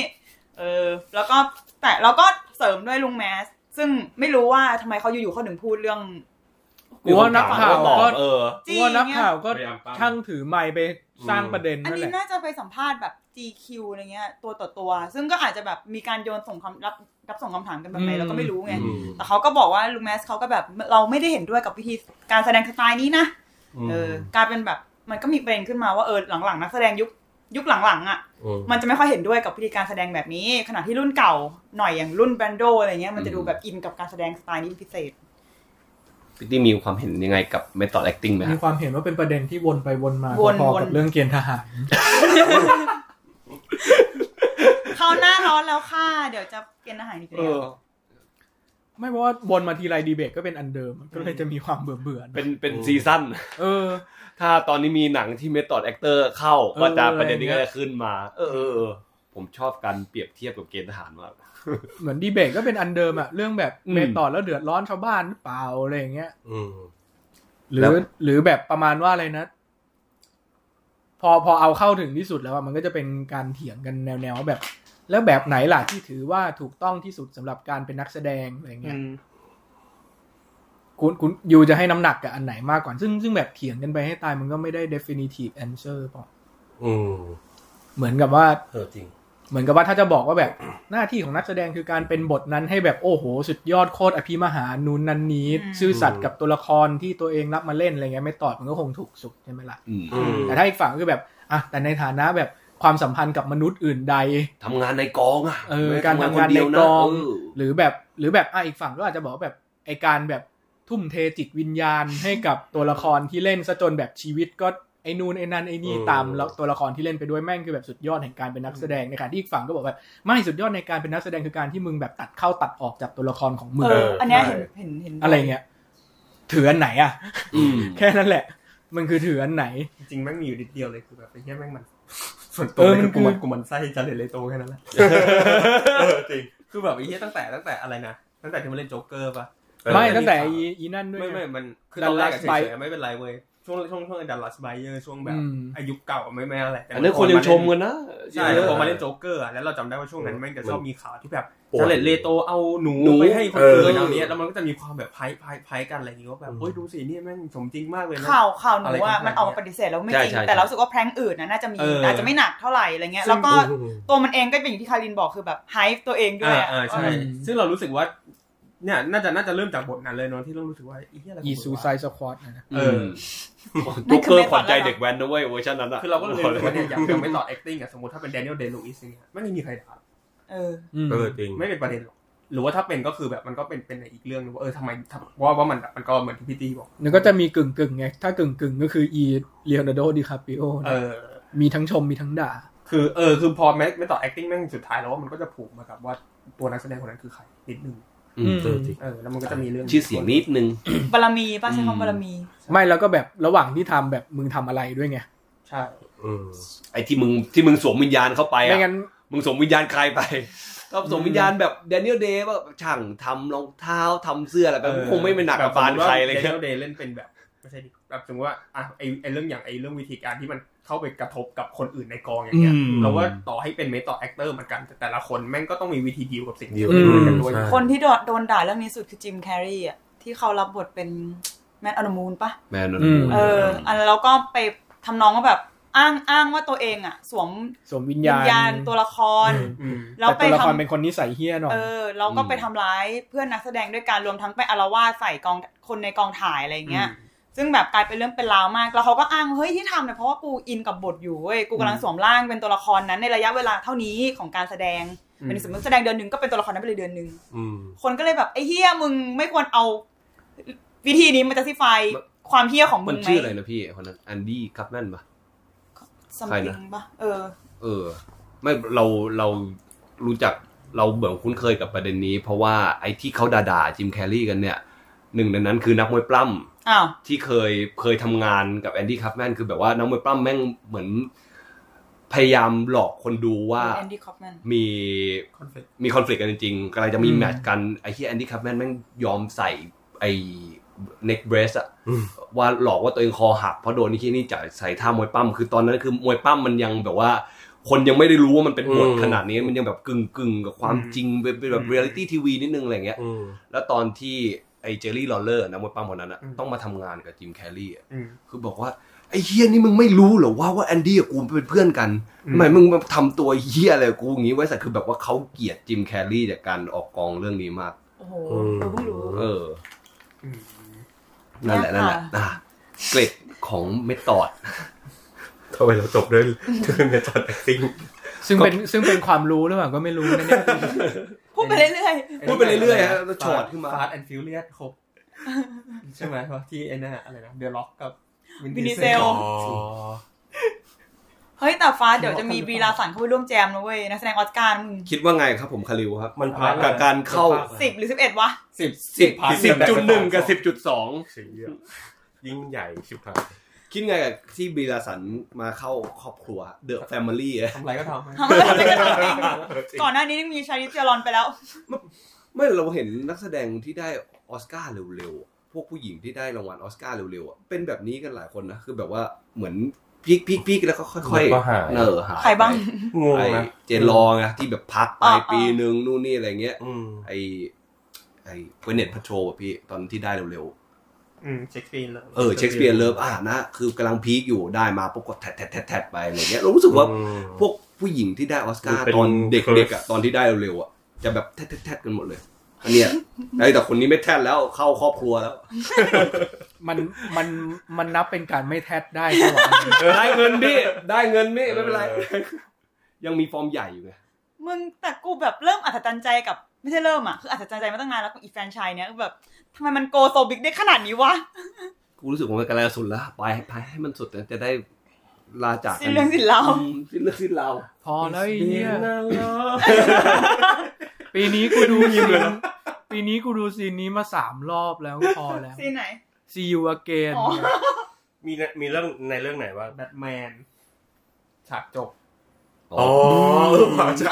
เออ แล้วก็แต่เราก็เสริมด้วยลุงแมส ซึ่งไม่รู้ว่าทำไมเขาอยู่ๆเขาถึงพูดเรื่อง
กูว่านักข่าว
ตอบ
ก็
เออ
จ
กู
ริง
ว่านักข่าวก็
พยายามปั้ม
ช่างถือไม้ไปสร้างประเด็น
อัน
นั่น
นี้
แหละ
น่าจะไปสัมภาษณ์แบบ GQ อะไรเงี้ย ตัวต่อตัว ซึ่งก็อาจจะแบบมีการโยนส่งคำรับรับส่งคำถามกันแบบไหน
อืม
เราก็ไม่รู้ไง
อืม
แต่เขาก็บอกว่าลุงแมสเขาก็แบบเราไม่ได้เห็นด้วยกับวิธีการแสดงสไตล์นี้นะ เออกลายเป็นแบบมันก็มีประเด็นขึ้นมาว่าเออหลังๆนักแสดงยุคยุคหลังๆอ่ะ มันจะไม่ค่อยเห็นด้วยกับวิธีการแสดงแบบนี้ ขณะที่รุ่นเก่าหน่อยอย่างรุ่นแบรนโดอะไรเงี้ยมันจะดูแบบอินกับการแสดงสไตล์นี้เป็นพิเศษ
พี่ตี้มีความเห็นยังไงกับ method acting ไหม
มี
ฮะ
ความเห็นว่าเป็นประเด็นที่วนไปวนมา
วน
พอ
ว
ๆ
น
กับเรื่องเกณฑ์ทหาร
เข้าหน้าร้อนแล้วค่ะเดี๋ยวจะเกณฑ์อาหารอีกแล้ว
ไม่เพราะว่าวนมาทีไรดีเบตก็เป็นอันเดิมก็เลยจะมีความเบื่อเบื่อๆ
เป็นเป็น
อืม
ซีซั่น
เออ
ถ้าตอนนี้มีหนังที่ method actor เข้า
เออ
ก็จะประเด็นนี้ก็จะขึ้นมา เออเออเออผมชอบการเปรียบเทียบกับเกณฑ์ทหารมาก
เหมือนดีเบตก็เป็นอันเดิมอะเรื่องแบบ
อืม
เมตต่อแล้วเดือดร้อนชาวบ้านหรือเปล่าอะไรอย่างเงี้ย
อืม
หรื
แล้
อ
ว
หรือแบบประมาณว่าอะไรนะ พอพอเอาเข้าถึงที่สุดแล้วอะมันก็จะเป็นการเถียงกันแนวแนวๆแบบ แล้วแบบไหนล่ะที่ถือว่าถูกต้องที่สุดสำหรับการเป็นนักแสดงอะไรอย่างเงี้ย คุณคุณยูจะให้น้ำหนักกับอันไหนมากกว่า ซึ่งซึ่งแบบเถียงกันไปให้ตายมันก็ไม่ได้ definitive answer ป่ะ
อืม
เหมือนกับว่า
เออจริง
เหมือนกับว่าถ้าจะบอกว่าแบบหน้าที่ของนักแสดงคือการเป็นบทนั้นให้แบบโอ้โห สุดยอดโคตรอภิมหานูนนันนี้ ซื่อสัตย์กับตัวละครที่ตัวเองรับมาเล่นอะไรเงี้ยไม่ตอดมันก็คงถูกสุดใช่ไหมล่ะ
อืม
อืม
แต่ถ้าอีกฝั่งก็คือแบบอ่ะแต่ในฐานะแบบความสัมพันธ์กับมนุษย์อื่นใด
ทำงานในกองอ่ะ
เออ
ไม่ได้
การทำงานในกอง
เ
หรือแบบหรือแบบอ่ะอีกฝั่งก็อาจจะบอกว่าแบบไอการแบบทุ่มเทจิตวิญญาณ ให้กับตัวละครที่เล่นซะจนแบบชีวิตก็ไอ้นู่นไอ้นั่นไอ้นี่
อืม
ตามแล้วตัวละครที่เล่นไปด้วยแม่งคือแบบสุดยอดแห่งการเป็นนักแสดงในขณะที่อีกฝั่งก็บอกแบบไม่สุดยอดในการเป็นนักแสดงคือการที่มึงแบบตัดเข้าตัดออกจากตัวละครของมึง
เออ อันเนี้ยเห็น
ใช่
เห็นเห็น
อะไรเงี้ยถืออันไหนอ่ะ
อืม
แค่นั้นแหละ มันคือถืออันไหน
จริงๆแม่งมีอยู่นิดเดียวเลยคือแบบไอ้เหี้ยแม่งมัน ส่วนตั
เอ
ว
อ
เลย
มัน
คือ
คือ
กูมันกูมันไส้จันเลเลยโตแค่นั้นแหละ
เออจริง
คือแบบไอ้เหี้ยตั้งแต่ตั้งแต่อะไรนะตั้งแต่ที่มันเล่นโจ๊กเกอร์ปะ
ไม่
เออ
ตั้งแต่อีอีนั่นด้วย
ไม่
ไง
ไม่มันคือต
Dallas
อนแรกอะเฉ
Buy
ยๆไม่เป็นไรเว้ยช่วงช่วงช่วงดัลลัสไบเออร์ช่วงแบ
อื
บ
ม
อายุเก่าไม่แม่อะไรแต่
อันนี้คนยังชมกันนะ
ใช่
เย
แล้ว
อะ
พอมาเล่นโจ๊กเกอร์อะแล้วเราจำได้ว่าช่วงนั้นแม่งจะชอบมีข่าวที่แบบ
ป่วย
จันเลเลโตเอาหนู
หนู
ไปให้คน
เออ
อื่นเอาเนี้ยแล้วมันก็จะมีความแบบไพ่ไพ่ไพ่กันอะไรอย่างเงี้ยว่าแบบเฮ้ยดูสิเนี่ยแม่งสมจริงมากเลยนะ
ข่าวข่าวหนู
อะไร
ว่า
ขนาด
มันออกมาปฏิเสธแล้วไม่จริง
ใช่ใช่
แต่เรารู้สึกว่าแพร้งอื่นนะน่าจะมี
เออ
แต่อาจจะไม่หนักเท่าไหร่อะไรเงี้ย
ซึ่ง
แล้วก็ตัวมันเองก็เป็นอย่างที่คารินบอกคือแบบไฮฟ์ตัวเองด้วย
อ่า
อะ
อ่าใช่
อืม
ซึ่งเรารู้สึกว่า เนี่ยน่าจะน่าจะเริ่มจากบทนั้นเลยเนอะที่เรารู้สึกว่าไอีเหี้ยอะไร
อี
ข
ซู
องมึง
ไซ
วะ
สควอตนะ
เออ
นั่
จ็
น
ก
คื
เกอ
ไม่
ร์ขวัญใจ
ฝันแล้
เด็กแว้นนะเว้ยเวอร์ชันนั้นอ่ะ
คือเราก็เลยรู้สึกว่าเนี่ยอย่างอย่างไม่ต่อ acting อะสมมติถ้าเป็น Daniel Day Lewis อย่างเงี้ยไม่ได้มีใครด่า
เออ
เออจริง
ไม่เป็นประเด็นหรอกหรือว่าถ้าเป็นก็คือแบบมันก็เป็นเป็นในอีกเรื่องหนึงว่าเออทำไมทำว่าว่ามันแบบมันก็เหมือนที่พี่ตีบอก
มันก็จะมีกึ่งกึ่งๆไง ถ้ากึ่งกึ่งๆก็คืออีเล o n น r d โดดิคาปิโอ
เออ
มีทั้งชมมีทั้งด่า
คือเออคือพอแม้ไม่ต่อ acting แม่งสุดท้ายแล้วว่ามันก็จะผูกมากับว่าตัวนักแสดงคนนั้นคือใครนิดนึง
อืม
เออจริง
เออแล้วมันก็จะมีเรื่อง
ชื่อเสียงนิดนึง
บารมีป้าใช้
อืม
คำบารมี
ไม่แล้วก็แบบระหว่างที่ทำแบบมึงทำอะไรด้วยไง
ใช่
อืม
ไอ้ที่มึงที่มึงสวมวิญญาณเข้าไป
ไม่
อ่ะ
งั้น
มึงสวมวิญญาณใครไป ก็สวมวิญญาณแบบแดเนียลเดย์ว่าช่างทำรองเท้าทำเสื้ออะไรไปคงไม่เป็นหนักกับฟานใครเลย
เด
ครับ
นเดย์เล่นเป็นแบบไม่ใช่ดิแบบสมมติว่าอ่ะไอไอเรื่องอย่างไอเรื่องวิธีการที่มันเข้าไปกระทบกับคนอื่นในกองอย่างเงี้ย
อืม
เราว่าต่อให้เป็นเมต่อ actor เหมือนกันแต่แต่ละคนแม่งก็ต้องมีวิธีดีลกับสิ่งที่
อืม
เกิดขึ้นกันด้วย
ใช่
คนที่โดนโดนด่าเรื่องนี้สุดคือจิมแคร์รีอ่ะที่เขารับบทเป็นแมนอนุมูลปะ
แมนน
อืม
เอออันแล้วก็ไปทำน้องว่าแบบอ้างอ้างว่าตัวเองอ่ะ สวม
สวมวิญ
วิ
ญา
ญ
ณ
ญาณตัวละคร
อืม
แล้วไป
แต่ตัวละคร
ทำ
เป็นคนนิสัยเฮี้ยหน่อย
เออแล้วก็ไปทำร้ายเพื่อนนักแสดงด้วยการรวมทั้งไปอารวาสใส่กองคนในกองถ่ายอะไรเงี้ย ซึ่งแบบกลายเป็นเรื่องเป็นราวมาก แล้วเขาก็อ้างเฮ้ยที่ทำเนี่ยเพราะว่ากูอินกับบทอยู่เว้ยกูกำลังสวมร่างเป็นตัวละครนั้นในระยะเวลาเท่านี้ของการแสดง
อืม
เป็นสมมติแสดงเดือนหนึ่งก็เป็นตัวละครนั้นไปเลยเดือนหนึ่ง
อืม
คนก็เลยแบบไอ้เฮียมึงไม่ควรเอา วิธีนี้มาจะซิฟายความเฮียของมึ
มัน
งไหม
ชื่ออะไรนะพี่คนนั้นแอนดี้คัพแมนปะ
ซัม
ใคร
ติ
นะ
งปะเออ
เออ ไม่เราเรารู้จักเราเหมือนคุ้นเคยกับประเด็นนี้ เพราะว่าไอ้ที่เขาด่าๆจิมแคร์รีกันเนี่ยหนึ่งในนั้นคือนักมวยปล้ำ
อ้าว
ที่เคยเคยทำงานกับแอนดี้คัพแมนคือแบบว่าน้องมวยปล้ำแม่งเหมือน พยายามหลอกคนดูว่า
แอนดี้คอปแมน
มี
คอนเฟล
มีคอน FLICT กันจริงๆกำลังจะมีแมตช์กันไอ้ที่แอนดี้คัพแมนแม่งยอมใส่ไอ้ neck brace อะ
อืม
ว่าหลอกว่าตัวเองคอหักเพราะโดนไอ้ที่นี่จ่ายใส่ท่ามวยปั้มคือตอนนั้นคือมวยปั้มมันยังแบบว่า คนยังไม่ได้รู้ว่ามันเป็นบท
อืม
ขนาดนี้มันยังแบบกึ่งกึ่งๆกับความ
อืม
จริงเป็นเป็นแบบ
อืม
เรียลิตี้ทีวีนิดนึงอะไรอย่างเงี้ย
อืม
แล้วตอนที่ไอ เจอรี่ลอลเลอร์นะมวยปั้มคนนั้นอะ
อืม
ต้องมาทำงานกับจิมแคลรี่อะ
อืม
คือบอกว่าไอ้เฮียนี่มึงไม่รู้เหรอว่าว่าแอนดี้กับกูเป็นเพื่อนกัน
อืม
ทำไมมึงมาทำตัวเฮียอะไรกับกูอย่างนี้ไว้แต่คือแบบว่าเขาเกลียดจิมแคร์รี่จากการออกกองเรื่องนี้มาก
โอ้โห
อืม
เออเพิ่งรู้
เออ
อืม
นั่นแหละนั่นแหละ
ค่ะ
อ่ะเกร็ดของเมทอด
ทำไมเราจบด้วย ด้วยเมทอดแอคติ้ง
ซึ่งเป็นซึ่งเป็นความรู้หรือเปล่าก็ไม่รู้นะเนี่ย
พูดไปเรื่อย
พูดไปเรื่อยๆฮะแล้วช็อตขึ้นมา
ฟาสแอนฟิวเลียครบ ใช่ไหมว่าที่ไอ้น่าอะไรนะเดอะล็อกกับ Vin
ๆวินิเซ
Diesel
ล
อ๋อ
เฮ้ย แต่ฟ้าเดี๋ยวจะมีวีลาสันเข้าไปร่วมแจมนะเว้ยนักแสดงออสการ์นะมึง
คิดว่าไงครับผมคาริวครับ
มันพาร์ท
กับการเข้า
สิบหรือสิบเอ็ดวะ
สิบพาร์ท
10.1 กับ 10.2
สิ่งเดียวยิ่งใหญ่ชิบหาย
คิดไงกับที่บีลาสันมาเข้าครอบครัวเดอะแฟมิลี่
ทำอะไรก็ทำ
ทำอะไรไม่ได้ทำเองก่อนหน้านี้ยังมีชาลิสเจอรอนไปแล้ว
ไม่เราเห็นนักแสดงที่ได้ออสการ์เร็วๆ พวกผู้หญิงที่ได้รางวัลออสการ์เร็วๆอะเป็นแบบนี้กันหลายคนนะ คือแบบว่าเหมือนพีกพีกพีกแล้วก็ค่อย
แล้วก็หาย
เนอหาย
ใครบ้าง
งง
ไอ้
นะ
เจนลองอะที่แบบพักไป
อ่า
ปีหนึ่งนู่นนี่อะไรเงี้ย
อืม
ไอไอเวเนตพัโชอะพี่ตอนที่ได้เร็ว
อืมเช็คสเปียร์เลย
ๆ เออเชคสเปียร์เลิฟอ่ะนะ คือกำลังพีคอยู่ได้มาปุ๊บก็แทดแทดแทดแทดไปอะไรเงี้ยเรารู้สึกว่า
อืม
พวกผู้หญิงที่ได้ออสการ์
เป็น
ตอนเด็ก
curse
ๆอ่ะตอนที่ได้เร็วๆอ่ะจะแบบแทดๆๆกันหมดเลยอันเนี้ยไอ้แต่คนนี้ไม่แทดแล้วเข้าครอบครัวแล้ว
มันมันมันนับเป็นการไม่แทดได้ตลอด
ได้เงินพี่ได้เงินพี่
เออ
ไม่เป็นไร ยังมีฟอร์มใหญ่อยู่ไง
มึงแต่กูแบบเริ่มอัศจรรย์ใจกับไม่ใช่เริ่มอ่ะคืออัศจรรย์ใจมาตั้งนานแล้วกับอีแฟรนไชายเนี้ยแบบทำไมมันโกโซบิ๊กได้ขนาดนี้วะ
กูรู้สึกว่ามันกระไรสุดแล้วไปไปให้มันสุดนะจะได้ลาจาก
สินเรื่องสินเรา
อืมสิ้นเรื่องสิ้นเราว
พอแล้วไอ้เหี้ย
น่ารัก
ปีนี้กูดูซีนปีนี้กูดูซีนนี้มาสามรอบแล้วพอแล้ว
สินไหน
See you again
อ๋อ
มีในมีเรื่องในเรื่องไหนบ้าง
แบทแมนฉากจบ
อ๋อ
เออว่ะใช่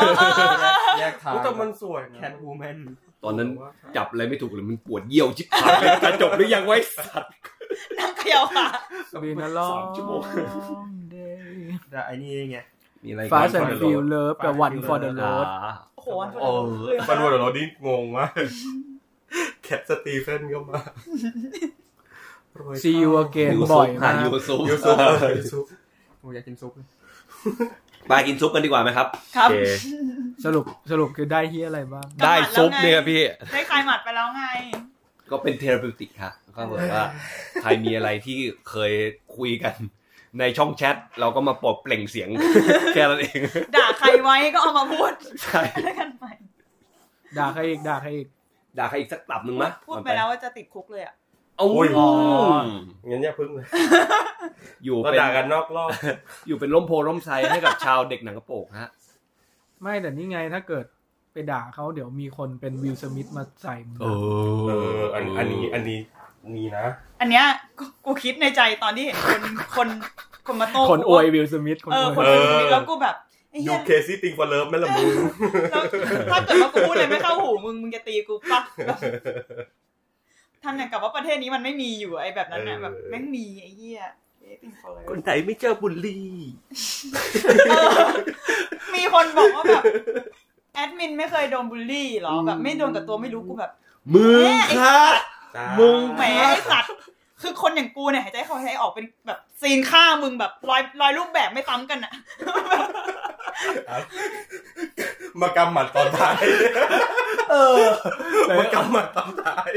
แยกทาง
แต่มันสวย
แค
นะ
ทวูแมน
ตอนนั้นจับอะไรไม่ถูกเลยมันปวดเยี่ยวชิบหายเลยจะจบหรือยังไว้สัตว์
นางเขย่าค่ะ
บินลอ
สามชั่วโม ง
แต่ไอ้นี่ไง
มีอะไร
ฟ้า
Fast
สัน
and
ฟิลเลิฟกับวัน
Fast and
ฟอร์เด
Furious
เลิฟ
โอ้โหอัน
โอ้
ฟันวอร์เราดิ้นงงมากแคทสตีเฟนก็มาโรยข้าว
ซีอูอเกน
ยู
บ่
ซุ
อย
ป
มา
หาก ยูซุป
ยูซุปเออยูซุป
กูอยากกินซุปเลย
ไปกินซุปกันดีกว่าไหมครับ
ครับ
โอเค
สรุปสรุปคือได้เฮียอะไรบ้าง
ได้
ได้
ซุ
ซุป
ปเนี่
เนี่ย
ยพี่
พี่
ได้คลายหมัดไปแล้วไง
ก็เป็นเทอราพิวติกฮะก็เหมือนว่า ใครมีอะไรที่เคยคุยกันในช่องแชท เราก็มาปลดเปล่งเสียง แค่นั้นเอง
ด่าใครไว้ก็เอามาพูด
ใช่
แล้วกันใหม่
ด่าใครอีกด่าใครอีก
ด่าใครอีกสักตับหนึ่งมะ
พูดไปแล้วว่าจะติดคุกเลยอ่ะ
โอ้ย
อ๋อ
งั้นอย่าพึ่งเลย
อยู่
เรา
เป็น
ด่ากันนอกรอบ
อยู่เป็นร่มโพร่มไทรให้กับชาวเด็กหนังกระโปงฮะ
ไม่แต่นี่ไงถ้าเกิดไปด่าเขาเดี๋ยวมีคนเป็นวิลสมิธมาใส่มึง
เอออันอันนี้อันนี้มีนะ
อันเนี้ยกูกูคิดในใจตอนที่เห็นคนคนคนมาโต้
คนอวยวิลสมิธคน
เอ
อ
อ
วย
คนอวยแล้วกูแบบไอ้
ดู
เหี้ย
เคซี่ติงฟอร์เลิฟแม่ละมึง
แล้วถ้าเกิดว่ากูพูดอะไรไม่เข้าหูมึงมึงจะตีกูปะทำอย่างกับว่าประเทศนี้มันไม่มีอยู่ไอ้แบบนั้นน่ะแบบแม่งมีไอ้เหี้ยเอ๊ะเป็นคนอะไร
คน
วะ
ไหนไม่เจอบุลลี่
เออมีคนบอกว่าแบบแอดมินไม่เคยโดนบูลลี่หรอแบบไม่โดนกับตัวไม่รู้กูแบบ
มึงค่ะมึง
แหมไอ้สัตว์คือคนอย่างกูเนี่ยหายใจเข้าหายใจออกเป็นแบบซีนฆ่ามึงแบบรอยรอยรูปแบบไม่ซ้ำกันอะ
มากำหมัดตอนท้าย
เออ
มากำหมัดตอนท้าย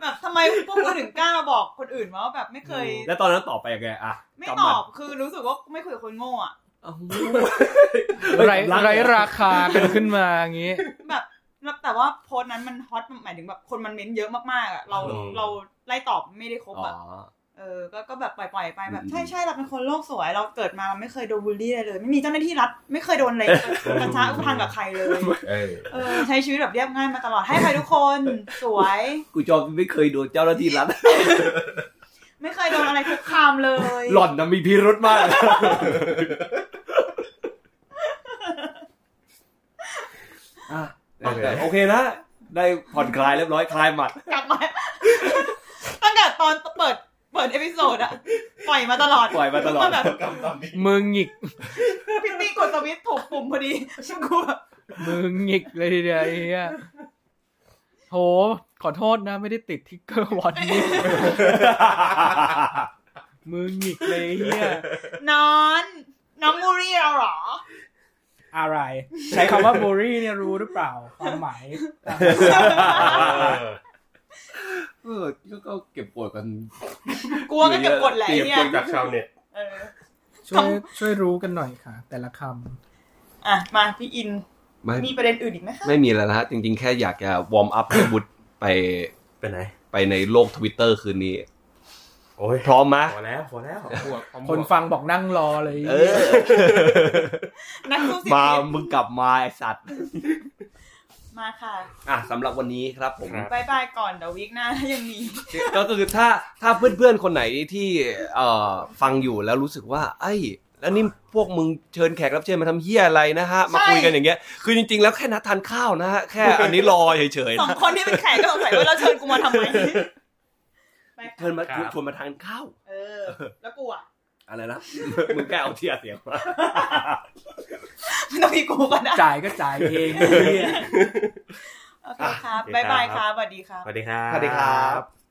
แบบทำไมพวกมึงถึงกล้ามาบอกคนอื่นว่าแบบไม่เคย
แล้วตอนนั้นตอบไปยังไงอะ
ไม่ตอบคือรู้สึกว่าไม่คุยกับคนโง่อะ
ไรไรราคากันขึ้นมาอย่างงี้
แบบแล้วแต่ว่าโพสต์นั้นมันฮอตหมายถึงแบบคนมันเม้นเยอะมากๆอ่ะเราเราไล่ตอบไม่ได้ครบ
อ๋อ
อ่ะเออก็ก็แบบปล่อยๆไปแบบ
อืม
ใช่ใช่เราเป็นคนโลกสวยเราเกิดมาเราไม่เคยโดนบูลลี่อะไรเลย ไม่มีเจ้าหน้าที่รัฐไม่เคยโดนอะไรกระชากอุปทานกับใครเลย
เออ
เออใช้ชีวิตแบบเรียบง่ายมาตลอดให้ใครทุกคน สวย
กูจอมไม่เคยโดนเจ้าหน้าที่รัฐ
ไม่เคยโดนอะไรคุกคามเลย
หล่อนนะมีพิรุธมาก อ่ะโอเคนะ ได้ผ่อนคลายเรียบร้อยคลายหมัด
กลับมา ตั้งแต่ตอนเปิดเปิดเอพิโซดอะปล่อยมาตลอด
ปล่อยมาตลอด
แบบ
กำตอนนี้
มึงหงิก
พี่ตี้กดสวิตช์ถูกปุ่มพอดีฉันกลัว
มึงหงิกเลยทีเดียวไอ้เหี้ยโห ขอโทษนะไม่ได้ติดทิกเกอร์วอร์นิ่งมึงหงิกเลยเฮีย
นอนน้องมูรี่เราเหรอ
อะไร ใช้คำว่าบูรี่เนี่ยรู้หรือเปล่าความหมาย
เออก็เก็บปวดกัน
กลัวก็เก็บกดแหละไอ้เนี่ย
เก็บกดจากชาวเน็ต
เออ
ช่วยช่วยรู้กันหน่อยค่ะ แต่ละค
อ่ะ มาพี่อิน
ไม่
มีประเด็นอื่นอีกไหมคะ
ไม่มีแล้วนะฮะจริง ๆ แค่อยากจะวอร์มอัพให้บุตรไป
ไปไหน
ไปในโลกทวิตเตอร์คืนนี้
โอ้ย
พร้อมไหม
พอแล้วพอแล้ว
บวก
ำคนฟังบอกนั่งรอเลย
เออ
นักสู้สิบ
มา
เอ็ด
มึงกลับมาไอสัตว์
มาค่ะ
อ่ะสำหรับวันนี้ครับผม
ครับ
บายบายก่อนเดี๋ยววิกหน้าถ้ายังมี
ก็คือถ้าถ้าเพื่อนๆ คนไหนที่เอ่อฟังอยู่แล้วรู้สึกว่า ไอ้แล้วนี่พวกมึงเชิญแขกรับเชิญมาทำเหี้ยอะไรนะฮะ มาคุยกันอย่างเงี้ย คือจริงๆ แล้วแค่นัดทานข้าวนะฮะ แค่อันนี้รอเฉย
สองคนที่เป็นแขกก็สงสัยว่าเราเชิญกูมา ทำไมไป
ๆ
ค่ะ
เชิญมา
ครับ
ชวนมาทานข้าว
เออ แล้วกูอ่ะ
อะไรนะ มึงแกเอาเทียเสียงมา
ไม่ต้องมีกูก็ได้
จ่ายก็จ่ายเองเฮีย
โอเคครับบายบายครับสวัสดีครับ
สวัสดีครับ
สวัสดีครับ